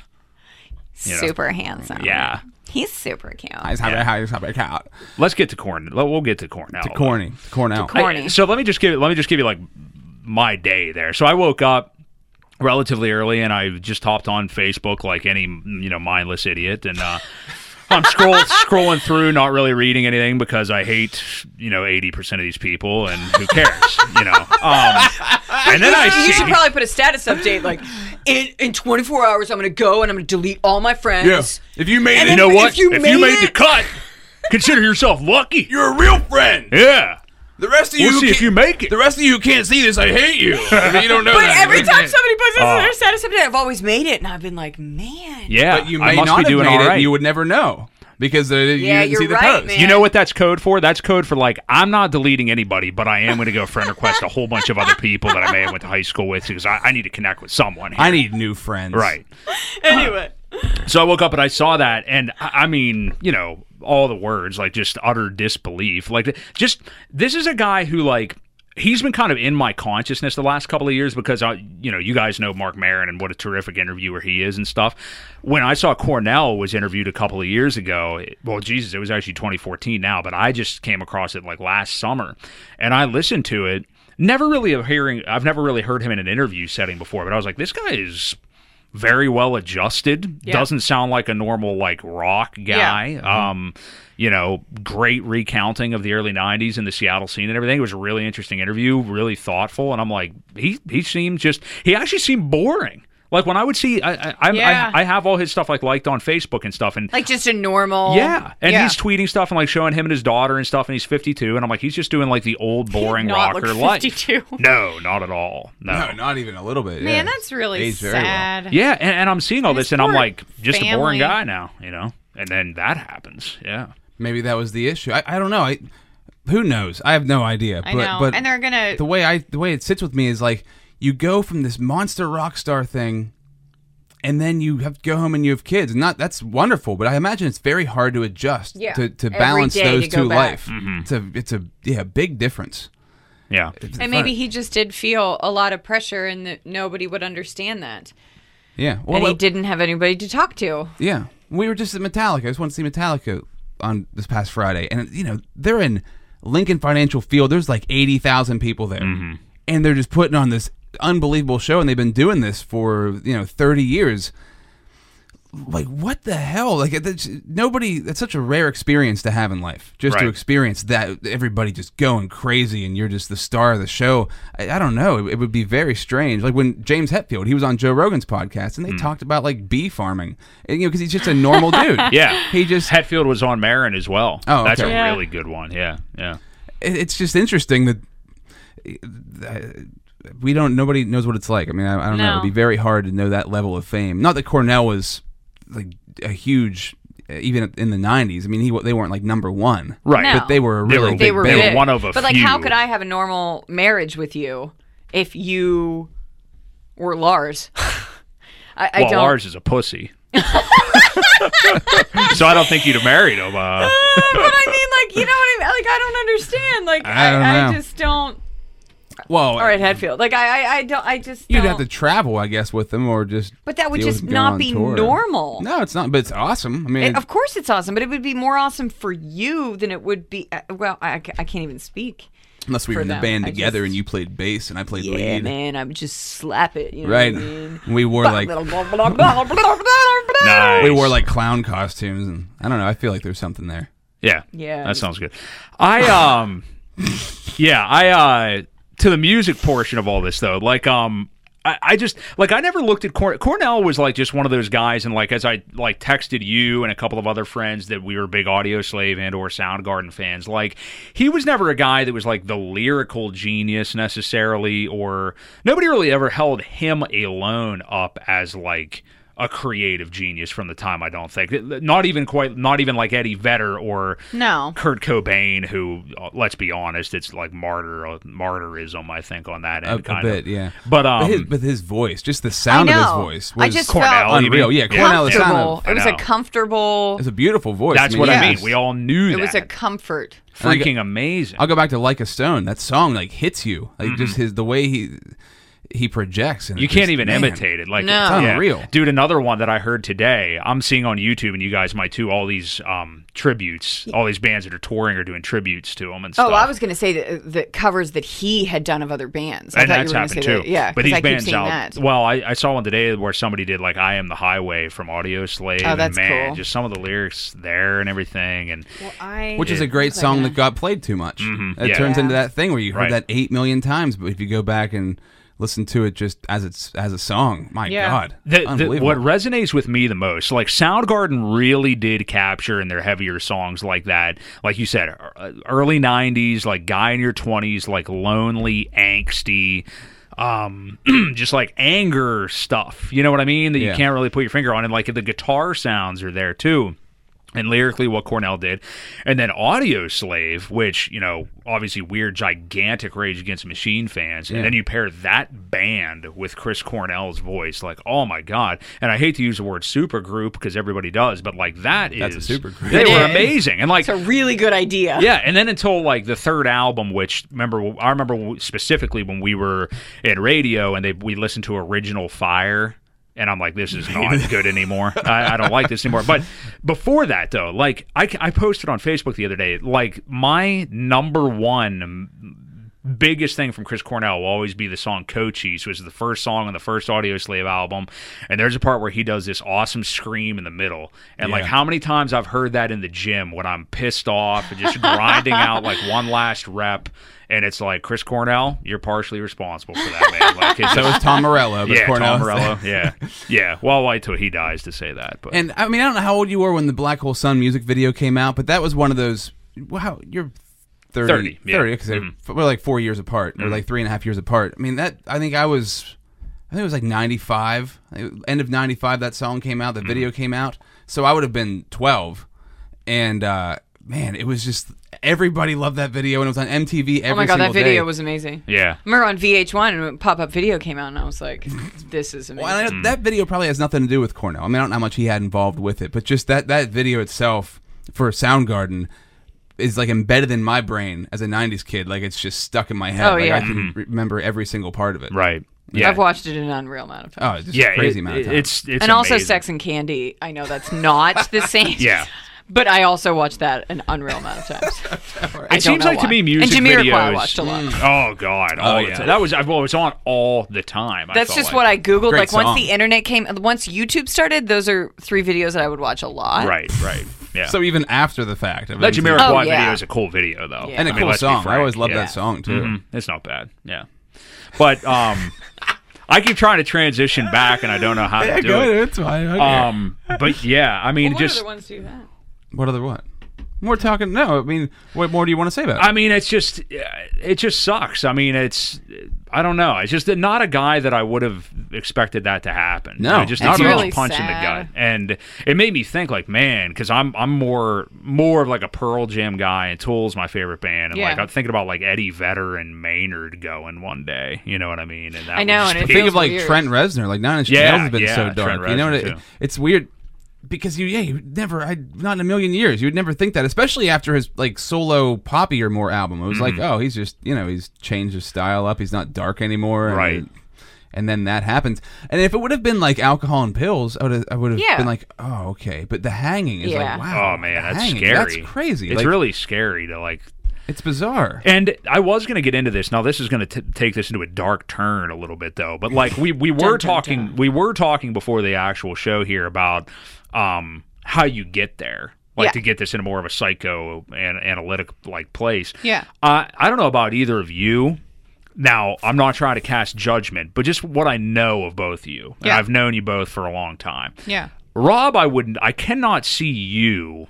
Speaker 5: you know.
Speaker 4: Super handsome.
Speaker 5: Yeah.
Speaker 4: He's super cute.
Speaker 2: I have a house, have a cat.
Speaker 5: Let's get to corn. let- We'll get to Cornell.
Speaker 2: To corny, to Cornell.
Speaker 4: Corn- Corny.
Speaker 5: so let me just give let me just give you like my day there. So I woke up relatively early and I just hopped on Facebook like any you know mindless idiot and uh I'm scroll scrolling through, not really reading anything because I hate you know eighty percent of these people, and who cares, you know? Um, and then I
Speaker 4: you
Speaker 5: see
Speaker 4: should probably put a status update like in, in 24 hours I'm going to go and I'm going to delete all my friends.
Speaker 2: Yeah. If you made
Speaker 4: And
Speaker 2: it,
Speaker 5: you know
Speaker 4: if
Speaker 5: what?
Speaker 4: you made
Speaker 5: the
Speaker 4: it-
Speaker 5: cut, consider yourself lucky.
Speaker 2: you're a real friend.
Speaker 5: yeah.
Speaker 2: The rest of
Speaker 5: We'll
Speaker 2: who
Speaker 5: see if
Speaker 2: can't-
Speaker 5: you make it.
Speaker 2: The rest of you who can't see this. I hate you. I mean, you don't know.
Speaker 4: But
Speaker 2: that.
Speaker 4: every time somebody puts this in
Speaker 5: Oh.
Speaker 4: their status update, I've always made it, and I've been like, man.
Speaker 5: Yeah,
Speaker 2: but you
Speaker 5: I
Speaker 2: may
Speaker 5: must
Speaker 2: not
Speaker 5: be
Speaker 2: have
Speaker 5: doing
Speaker 2: made
Speaker 5: all
Speaker 2: it,
Speaker 5: right.
Speaker 2: you would never know because uh, you
Speaker 4: Yeah,
Speaker 2: didn't see
Speaker 4: you're
Speaker 2: the
Speaker 4: right,
Speaker 2: post.
Speaker 4: man.
Speaker 5: You know what that's code for? That's code for like I'm not deleting anybody, but I am going to go friend request a whole bunch of other people that I may have went to high school with because I, I need to connect with someone. Here.
Speaker 2: I need new friends.
Speaker 5: right.
Speaker 4: Anyway.
Speaker 5: So I woke up and I saw that, and I, I mean, you know, all the words like just utter disbelief. Like, just this is a guy who like. He's been kind of in my consciousness the last couple of years because I, you know, you guys know Mark Maron and what a terrific interviewer he is and stuff. When I saw Cornell was interviewed a couple of years ago, it- well, Jesus, it was actually 2014 now, but I just came across it like last summer, and I listened to it. Never really of hearing, I've never really heard him in an interview setting before, but I was like, this guy is very well adjusted. Doesn't sound like a normal like rock guy.
Speaker 4: Mm-hmm.
Speaker 5: Um, you know, great recounting of the early '90s and the Seattle scene and everything. It was a really interesting interview, really thoughtful. And I'm like, he he seemed just he actually seemed boring. Like when I would see, I I, I'm
Speaker 4: Yeah.
Speaker 5: I, I have all his stuff like liked on Facebook and stuff, and
Speaker 4: Like just a normal.
Speaker 5: yeah, and
Speaker 4: Yeah.
Speaker 5: he's tweeting stuff and like showing him and his daughter and stuff, and he's 52, and I'm like, he's just doing like the old boring
Speaker 6: not
Speaker 5: rocker
Speaker 6: look
Speaker 5: life.
Speaker 6: 52.
Speaker 5: No, not at all.
Speaker 2: No, not even a little bit. yeah.
Speaker 6: Man, that's really
Speaker 2: Aged very well.
Speaker 6: sad.
Speaker 5: Yeah, and, and I'm seeing all this,
Speaker 6: his
Speaker 5: and I'm
Speaker 6: poor
Speaker 5: like, just a
Speaker 6: family.
Speaker 5: boring guy now, you know. And then that happens. Yeah,
Speaker 2: Maybe that was the issue. I, I don't know. I who knows? I have no idea.
Speaker 6: I
Speaker 2: but,
Speaker 6: know.
Speaker 2: But
Speaker 6: and they're gonna
Speaker 2: the way I the way it sits with me is like you go from this monster rock star thing, and then you have to go home and you have kids. And not that's wonderful, but I imagine it's very hard to adjust
Speaker 4: Yeah.
Speaker 2: to, to
Speaker 4: Every
Speaker 2: balance
Speaker 4: day
Speaker 2: those
Speaker 4: to go
Speaker 2: two
Speaker 4: back.
Speaker 2: life. It's a it's a yeah big difference.
Speaker 5: yeah.
Speaker 6: and maybe he just did feel a lot of pressure and that nobody would understand that.
Speaker 2: yeah. Well,
Speaker 4: And he
Speaker 2: well,
Speaker 4: didn't have anybody to talk to.
Speaker 2: Yeah, we were just at Metallica. I just wanted to see Metallica on this past Friday, and you know they're in Lincoln Financial Field. There's like eighty thousand people there, and they're just putting on this unbelievable show, and they've been doing this for you know thirty years. like what the hell like that's, nobody that's such a rare experience to have in life just to
Speaker 5: Right.
Speaker 2: experience that everybody just going crazy and you're just the star of the show i, I don't know it, it would be very strange like when james hetfield he was on joe rogan's podcast
Speaker 5: Hmm.
Speaker 2: and they talked about like bee farming and, you know because he's just a normal dude
Speaker 5: Yeah.
Speaker 2: he just
Speaker 5: Hetfield was on Marin as well.
Speaker 2: Oh,
Speaker 5: that's
Speaker 2: okay.
Speaker 5: a
Speaker 6: Yeah.
Speaker 5: really good one. Yeah, yeah.
Speaker 2: it- it's just interesting that uh, we don't. Nobody knows what it's like. I mean, I, I don't know. It'd
Speaker 6: No.
Speaker 2: be very hard to know that level of fame. Not that Cornell was like a huge, even in the '90s. I mean, he wa- they weren't like number one,
Speaker 5: Right.
Speaker 6: No.
Speaker 2: But they were a
Speaker 5: They
Speaker 2: really
Speaker 5: were-
Speaker 2: big
Speaker 5: they were
Speaker 2: band.
Speaker 5: big. one of a
Speaker 4: But like, how
Speaker 5: few.
Speaker 4: could I have a normal marriage with you if you were Lars? I, I
Speaker 5: Well,
Speaker 4: don't.
Speaker 5: Lars is a pussy. so I don't think you'd have married him. Uh,
Speaker 6: but I mean, like, you know what I mean? Like, I don't understand. Like,
Speaker 2: I
Speaker 6: I,
Speaker 2: don't
Speaker 6: I,
Speaker 2: know.
Speaker 6: just don't.
Speaker 2: Well,
Speaker 4: All right, Headfield. Like, I, I, I don't. I just.
Speaker 2: you'd
Speaker 4: don't-
Speaker 2: have to travel, I guess, with them, or just.
Speaker 4: But that would
Speaker 2: deal with
Speaker 4: just
Speaker 2: them going
Speaker 4: not
Speaker 2: on
Speaker 4: be
Speaker 2: tour.
Speaker 4: normal.
Speaker 2: No, it's not. But it's awesome. I mean,
Speaker 4: It- of course, it's awesome, but it would be more awesome for you than it would be. Uh, well, I, I ca- I can't even speak.
Speaker 2: unless we were
Speaker 4: for
Speaker 2: in the
Speaker 4: them,
Speaker 2: band
Speaker 4: I
Speaker 2: together
Speaker 4: just-
Speaker 2: and you played bass and I played
Speaker 4: Yeah,
Speaker 2: lead,
Speaker 4: man, I would just slap it. You know
Speaker 2: right?
Speaker 4: What I mean?
Speaker 2: We wore like
Speaker 5: nice.
Speaker 2: we wore like clown costumes, and I don't know. I feel like there's something there.
Speaker 5: Yeah.
Speaker 4: Yeah.
Speaker 5: That sounds good. I um yeah, I uh to the music portion of all this though, like um I, I just like I never looked at Cornell. Cornell was like just one of those guys, and like as I like texted you and a couple of other friends that we were big Audio Slave and or Soundgarden fans. Like he was never a guy that was like the lyrical genius necessarily, or nobody really ever held him alone up as like a creative genius from the time. I don't think not even quite not even like Eddie Vedder or
Speaker 4: No.
Speaker 5: Kurt Cobain, who uh, let's be honest, it's like martyr uh, martyrism. I think on that
Speaker 2: a,
Speaker 5: end,
Speaker 2: a
Speaker 5: kind
Speaker 2: bit,
Speaker 5: of.
Speaker 2: yeah.
Speaker 5: But um,
Speaker 2: but his, but his voice, just the sound of his
Speaker 4: know.
Speaker 2: voice, was
Speaker 4: I just
Speaker 5: Cornell,
Speaker 4: felt
Speaker 5: you mean?
Speaker 2: unreal. Yeah, Cornell, the sound
Speaker 4: comfortable.
Speaker 2: of
Speaker 5: I
Speaker 4: It was
Speaker 5: know.
Speaker 4: a comfortable.
Speaker 2: it's a beautiful voice.
Speaker 5: that's what
Speaker 2: yeah.
Speaker 5: I mean. We all knew
Speaker 4: It
Speaker 5: that.
Speaker 4: was a comfort.
Speaker 5: freaking amazing.
Speaker 2: I'll go back to like a stone. That song like hits you, like just his the way he he projects, and
Speaker 5: Mm-hmm. you
Speaker 2: it's
Speaker 5: can't
Speaker 2: just-
Speaker 5: even
Speaker 2: man.
Speaker 5: imitate it. Like
Speaker 4: No.
Speaker 5: it's
Speaker 2: It's unreal.
Speaker 5: dude. Another one that I heard today. I'm seeing on YouTube, and you guys might too. All these um tributes, all these bands that are touring are doing tributes to him and stuff.
Speaker 4: Oh, I was going to say that the covers that he had done of other bands. I
Speaker 5: and
Speaker 4: thought
Speaker 5: that's
Speaker 4: you were going to say
Speaker 5: happened too.
Speaker 4: that. Yeah,
Speaker 5: but
Speaker 4: 'cause
Speaker 5: these
Speaker 4: I keep
Speaker 5: bands
Speaker 4: seeing
Speaker 5: out.
Speaker 4: that.
Speaker 5: Well, I, I saw one today where somebody did like "I Am the Highway" from Audio Slave.
Speaker 4: Oh, that's
Speaker 5: and man,
Speaker 4: cool.
Speaker 5: Just some of the lyrics there and everything, and
Speaker 6: I.
Speaker 2: Which is a great song that got played too much. It
Speaker 5: yeah.
Speaker 2: turns
Speaker 5: Yeah.
Speaker 2: into that thing where you heard
Speaker 5: Mm-hmm.
Speaker 2: that
Speaker 5: Right.
Speaker 2: eight million times, but if you go back and listen to it just as it's as a song, my
Speaker 6: Yeah.
Speaker 2: god,
Speaker 5: The, the,
Speaker 2: unbelievable.
Speaker 5: what resonates with me the most, like Soundgarden really did capture in their heavier songs like that, like you said, e- early 90s, like guy in your 20s, like lonely, angsty, um, just like anger stuff. You know what I mean? That
Speaker 2: Yeah.
Speaker 5: you can't really put your finger on. And like the guitar sounds are there too and lyrically what Cornell did, and then Audio Slave, which you know obviously we're gigantic Rage Against the Machine fans, and then you pair that band with Chris Cornell's voice, like oh my god! And I hate to use the word supergroup because everybody does, but like that is
Speaker 2: That's a supergroup.
Speaker 5: They
Speaker 2: It
Speaker 5: were
Speaker 4: is.
Speaker 5: amazing, and like
Speaker 4: it's a really good idea.
Speaker 5: yeah, and then until like the third album, which remember I remember w- specifically when we were in radio and they we listened to Original Fire, and I'm like, this is not good anymore. I, I don't like this anymore. But before that though, like I, c- I posted on Facebook the other day, like my number one biggest thing from Chris Cornell will always be the song Cochise, which is the first song on the first Audio Slave album. And there's a part where he does this awesome scream in the middle. And like how many times I've heard that in the gym when I'm pissed off and just grinding out like one last rep. And it's like, Chris Cornell, you're partially responsible for that, man. Like, it's
Speaker 2: so is Tom Morello, but
Speaker 5: yeah,
Speaker 2: Cornell
Speaker 5: Tom Morello. Yeah. Yeah. Well, I'll wait till he dies to say that. But
Speaker 2: And I mean, I don't know how old you were when the Black Hole Sun music video came out, but that was one of those. Wow, you're 30.
Speaker 5: 30, yeah. Mm-hmm.
Speaker 2: 30, 'cause they're- we're like four years apart, or like three and a half years apart. I mean, that, I think I was, I think it was like 95, I- end of 95, that song came out, the
Speaker 5: Mm-hmm.
Speaker 2: video came out. So I would have been 12. And, uh, man, it was just, everybody loved that video, and it was on MTV every
Speaker 4: Oh my god, that
Speaker 2: single day.
Speaker 4: video was amazing.
Speaker 5: yeah.
Speaker 4: I remember on VH1 and pop up video came out, and I was like, "This is amazing."
Speaker 2: Well,
Speaker 5: Hmm.
Speaker 2: and I, that video probably has nothing to do with Cornell. I mean, I don't know how much he had involved with it, but just that that video itself for Soundgarden is like embedded in my brain as a '90s kid. Like it's just stuck in my head.
Speaker 4: Oh,
Speaker 2: like, I
Speaker 4: yeah.
Speaker 2: can re- remember every single part of it.
Speaker 5: Mm-hmm. Right. Yeah.
Speaker 4: I've watched it an unreal amount of times.
Speaker 2: Oh, it's just
Speaker 5: yeah.
Speaker 2: a crazy
Speaker 5: it-
Speaker 2: amount of time.
Speaker 5: It's, it's
Speaker 4: and also
Speaker 5: amazing.
Speaker 4: Sex and Candy. I know that's not the same.
Speaker 5: Yeah.
Speaker 4: But I also watched that an unreal amount of times. I
Speaker 5: It seems like to me music
Speaker 4: and Jamiroquai
Speaker 5: videos.
Speaker 4: I watched a lot.
Speaker 5: Oh god, all
Speaker 2: Oh,
Speaker 5: the
Speaker 2: yeah.
Speaker 5: time. that was I well, it was on all the time. I
Speaker 4: That's
Speaker 5: felt
Speaker 4: just
Speaker 5: like.
Speaker 4: what I googled.
Speaker 2: Great
Speaker 4: like
Speaker 2: song.
Speaker 4: once the internet came, once YouTube started, those are three videos that I would watch a lot.
Speaker 5: Right, right, yeah.
Speaker 2: So even after the fact,
Speaker 5: that Jamiroquai
Speaker 4: Oh,
Speaker 5: video
Speaker 4: yeah.
Speaker 5: is a cool video though,
Speaker 2: and a
Speaker 5: I mean,
Speaker 2: cool
Speaker 5: let's be
Speaker 2: song. I
Speaker 5: frank,
Speaker 2: always love
Speaker 5: yeah.
Speaker 2: that song too.
Speaker 5: Mhm. It's not bad. Yeah. But um I keep trying to transition back and I don't know how to do it.
Speaker 2: It's fine. Okay.
Speaker 5: Um but yeah, I mean
Speaker 6: What
Speaker 5: just
Speaker 6: other ones do that?
Speaker 2: what other what? We're talking. No, I mean, what more do you want to say about it?
Speaker 5: I mean it's just uh, it just sucks. I mean it's I don't know. It's just not a guy that I would have expected that to happen.
Speaker 2: No.
Speaker 5: You know, just not
Speaker 2: It's
Speaker 5: a real
Speaker 6: really
Speaker 5: punch in the
Speaker 6: sad.
Speaker 5: gut. And it made me think like, man, because I'm I'm more more of like a Pearl Jam guy and Tool's my favorite band. And like
Speaker 6: Yeah.
Speaker 5: I'm thinking about like Eddie Vedder and Maynard going one day. You know what I mean? And that
Speaker 6: I
Speaker 5: was
Speaker 6: know,
Speaker 5: just
Speaker 6: and
Speaker 5: the
Speaker 6: it
Speaker 5: peak.
Speaker 2: Think
Speaker 6: feels
Speaker 2: of like
Speaker 6: weird.
Speaker 2: Trent Reznor. Like Nine Inch
Speaker 5: Yeah,
Speaker 2: Nails has been
Speaker 5: yeah,
Speaker 2: so
Speaker 5: Trent
Speaker 2: dark. you know,
Speaker 5: Reznor,
Speaker 2: it-
Speaker 5: too.
Speaker 2: it's weird because you, yeah, you never, I not in a million years, you would never think that, especially after his like solo poppy or more album. It was like,
Speaker 5: Mm-hmm.
Speaker 2: oh, he's just, you know, he's changed his style up. He's not dark anymore. and-
Speaker 5: Right.
Speaker 2: And then that happens. And if it would have been like alcohol and pills, I would have, I would have
Speaker 4: Yeah.
Speaker 2: been like, oh, okay. But the hanging is
Speaker 4: Yeah.
Speaker 2: like, wow.
Speaker 5: Oh man,
Speaker 2: the
Speaker 5: that's
Speaker 2: hanging,
Speaker 5: scary.
Speaker 2: That's crazy.
Speaker 5: It's
Speaker 2: like,
Speaker 5: really scary to like.
Speaker 2: it's bizarre.
Speaker 5: And I was going to get into this. Now this is going to take this into a dark turn a little bit though. But like we we were talking we were talking before the actual show here about um how you get there. Like
Speaker 4: Yeah.
Speaker 5: to get this into more of a psycho and analytic like place.
Speaker 6: Yeah.
Speaker 5: Uh, I don't know about either of you. Now, I'm not trying to cast judgment, but just what I know of both of you. And
Speaker 6: Yeah.
Speaker 5: I've known you both for a long time.
Speaker 6: Yeah.
Speaker 5: Rob, I wouldn't. I cannot see you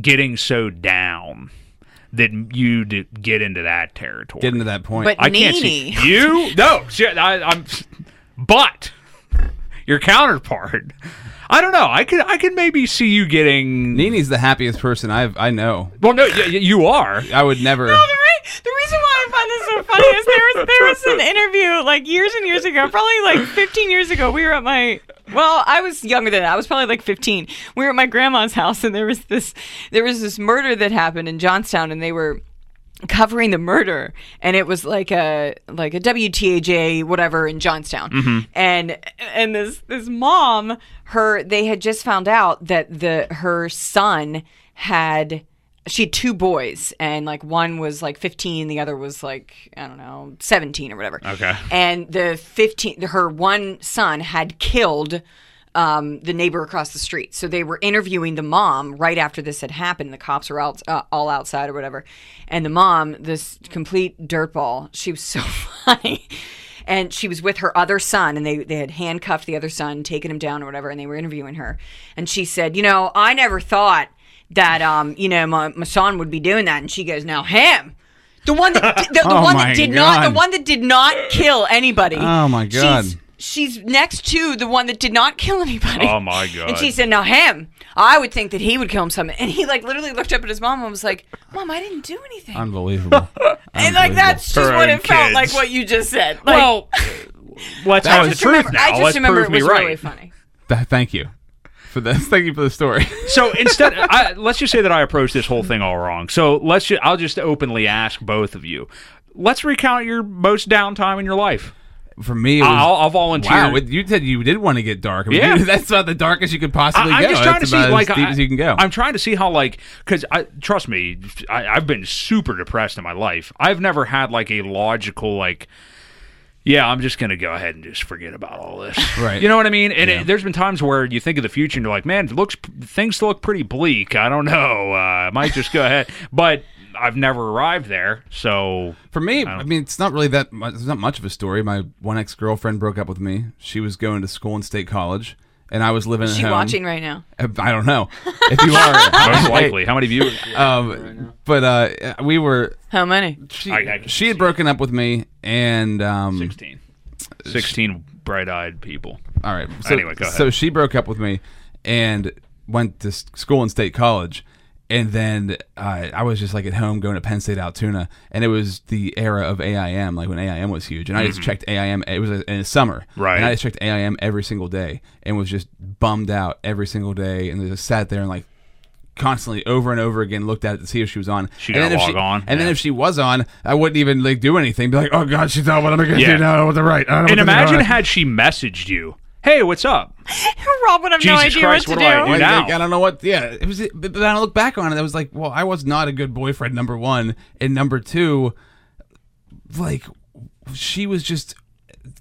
Speaker 5: getting so down that you'd get into that territory.
Speaker 2: Getting to that point.
Speaker 4: But
Speaker 5: I can't see
Speaker 4: Nene,
Speaker 5: you. No, see, I, I'm. But your counterpart. I don't know. I could. I could maybe see you getting.
Speaker 2: Nini's the happiest person I've, I know.
Speaker 5: Well, no, y- y- you are.
Speaker 2: I would never.
Speaker 6: The reason why I find this so funny is there was there was an interview like years and years ago, probably like 15 years ago. We were at my well, I was younger than that. I was probably like 15.
Speaker 4: we were at my grandma's house, and there was this there was this murder that happened in Johnstown, and they were covering the murder and it was like a like a WTAJ whatever in Johnstown. And and this this mom her they had just found out that the her son had she had two boys and like one was like 15 the other was like I don't know 17 or whatever.
Speaker 5: Okay.
Speaker 4: And the 15 her one son had killed um, the neighbor across the street. So they were interviewing the mom right after this had happened. The cops were out, uh, all outside or whatever. And the mom, this complete dirtball, she was so funny. And she was with her other son, and they, they had handcuffed the other son, taken him down or whatever, and they were interviewing her. And she said, You know, I never thought that, um, you know, my, my son would be doing that. And she goes, Now, him. The one that did, the, the
Speaker 2: Oh
Speaker 4: one
Speaker 2: my
Speaker 4: that did not
Speaker 2: God.
Speaker 4: the one that did not kill anybody.
Speaker 2: Oh my God.
Speaker 4: She's she's next to the one that did not kill anybody.
Speaker 5: Oh, my God.
Speaker 4: And she said, "Now him, I would think that he would kill himself." And he like literally looked up at his mom and was like, "Mom, I didn't do anything."
Speaker 2: Unbelievable.
Speaker 4: and like that's just
Speaker 5: Her
Speaker 4: what
Speaker 5: own
Speaker 4: it felt
Speaker 5: kids.
Speaker 4: like what you just said. Like,
Speaker 5: well, let's
Speaker 2: That
Speaker 5: have the
Speaker 2: was-
Speaker 5: truth
Speaker 4: remember,
Speaker 5: now.
Speaker 4: I just
Speaker 5: let's
Speaker 4: remember
Speaker 5: prove
Speaker 4: it was
Speaker 5: me right.
Speaker 4: really funny.
Speaker 2: Th- thank you for this. Thank you for the story.
Speaker 5: So instead, I, let's just say that I approached this whole thing all wrong. So let's just, I'll just openly ask both of you. Let's recount your most downtime in your life.
Speaker 2: for me, it was,
Speaker 5: I'll, I'll volunteer.
Speaker 2: wow. it- you said you did want to get dark. I mean,
Speaker 5: Yeah.
Speaker 2: that's about the darkest you could
Speaker 5: I,
Speaker 2: possibly
Speaker 5: I'm
Speaker 2: go.
Speaker 5: just trying to
Speaker 2: That's
Speaker 5: see,
Speaker 2: about
Speaker 5: like,
Speaker 2: as deep
Speaker 5: I,
Speaker 2: as you can go.
Speaker 5: I'm trying to see how, like, because I trust me, I, I've been super depressed in my life. I've never had like a logical, like, yeah, I'm just gonna go ahead and just forget about all this.
Speaker 2: Right.
Speaker 5: You know what I mean? And it, there's been times where you think of the future and you're like, man, it looks things look pretty bleak. I don't know. Uh, I might just go ahead, but I've never arrived there. So
Speaker 2: For me, I, mean, it's not really that. Much, it's not much of a story. My one ex girlfriend broke up with me. She was going to school in state college, and I was living at
Speaker 4: She
Speaker 2: home.
Speaker 4: watching right now.
Speaker 2: I don't know if you are.
Speaker 5: most likely, how many of you?
Speaker 2: Um, but uh, we were.
Speaker 4: How many?
Speaker 2: She,
Speaker 5: I- I can
Speaker 2: she had broken up with me, and um,
Speaker 5: 16. 16 bright-eyed people.
Speaker 2: All right. So,
Speaker 5: Anyway, go ahead.
Speaker 2: So she broke up with me and went to s- school in state college. And then uh, I was just like at home going to Penn State Altoona, and it was the era of AIM, like when AIM was huge. And I just checked AIM. It was a, in the summer,
Speaker 5: Mm-hmm. Right.
Speaker 2: And I just checked AIM every single day, and was just bummed out every single day, and just sat there and like constantly over and over again looked at it to see if she was on.
Speaker 5: She
Speaker 2: and
Speaker 5: gotta
Speaker 2: then if
Speaker 5: log on,
Speaker 2: and then
Speaker 5: yeah.
Speaker 2: if she was on, I wouldn't even like do anything. Be like, oh god, she's on. What am I gonna
Speaker 5: Yeah.
Speaker 2: do now? I don't know What to write? I don't know what
Speaker 5: And
Speaker 2: to do.
Speaker 5: imagine had she messaged you, "Hey, what's up?"
Speaker 6: Rob would have no
Speaker 5: Jesus
Speaker 6: idea
Speaker 5: Christ,
Speaker 6: what to
Speaker 5: what do I
Speaker 6: do.
Speaker 5: do?
Speaker 2: Like,
Speaker 5: now.
Speaker 2: like, I don't know what. Yeah, it was. But then I look back on it, I was like, well, I was not a good boyfriend. Number one, and number two, like she was just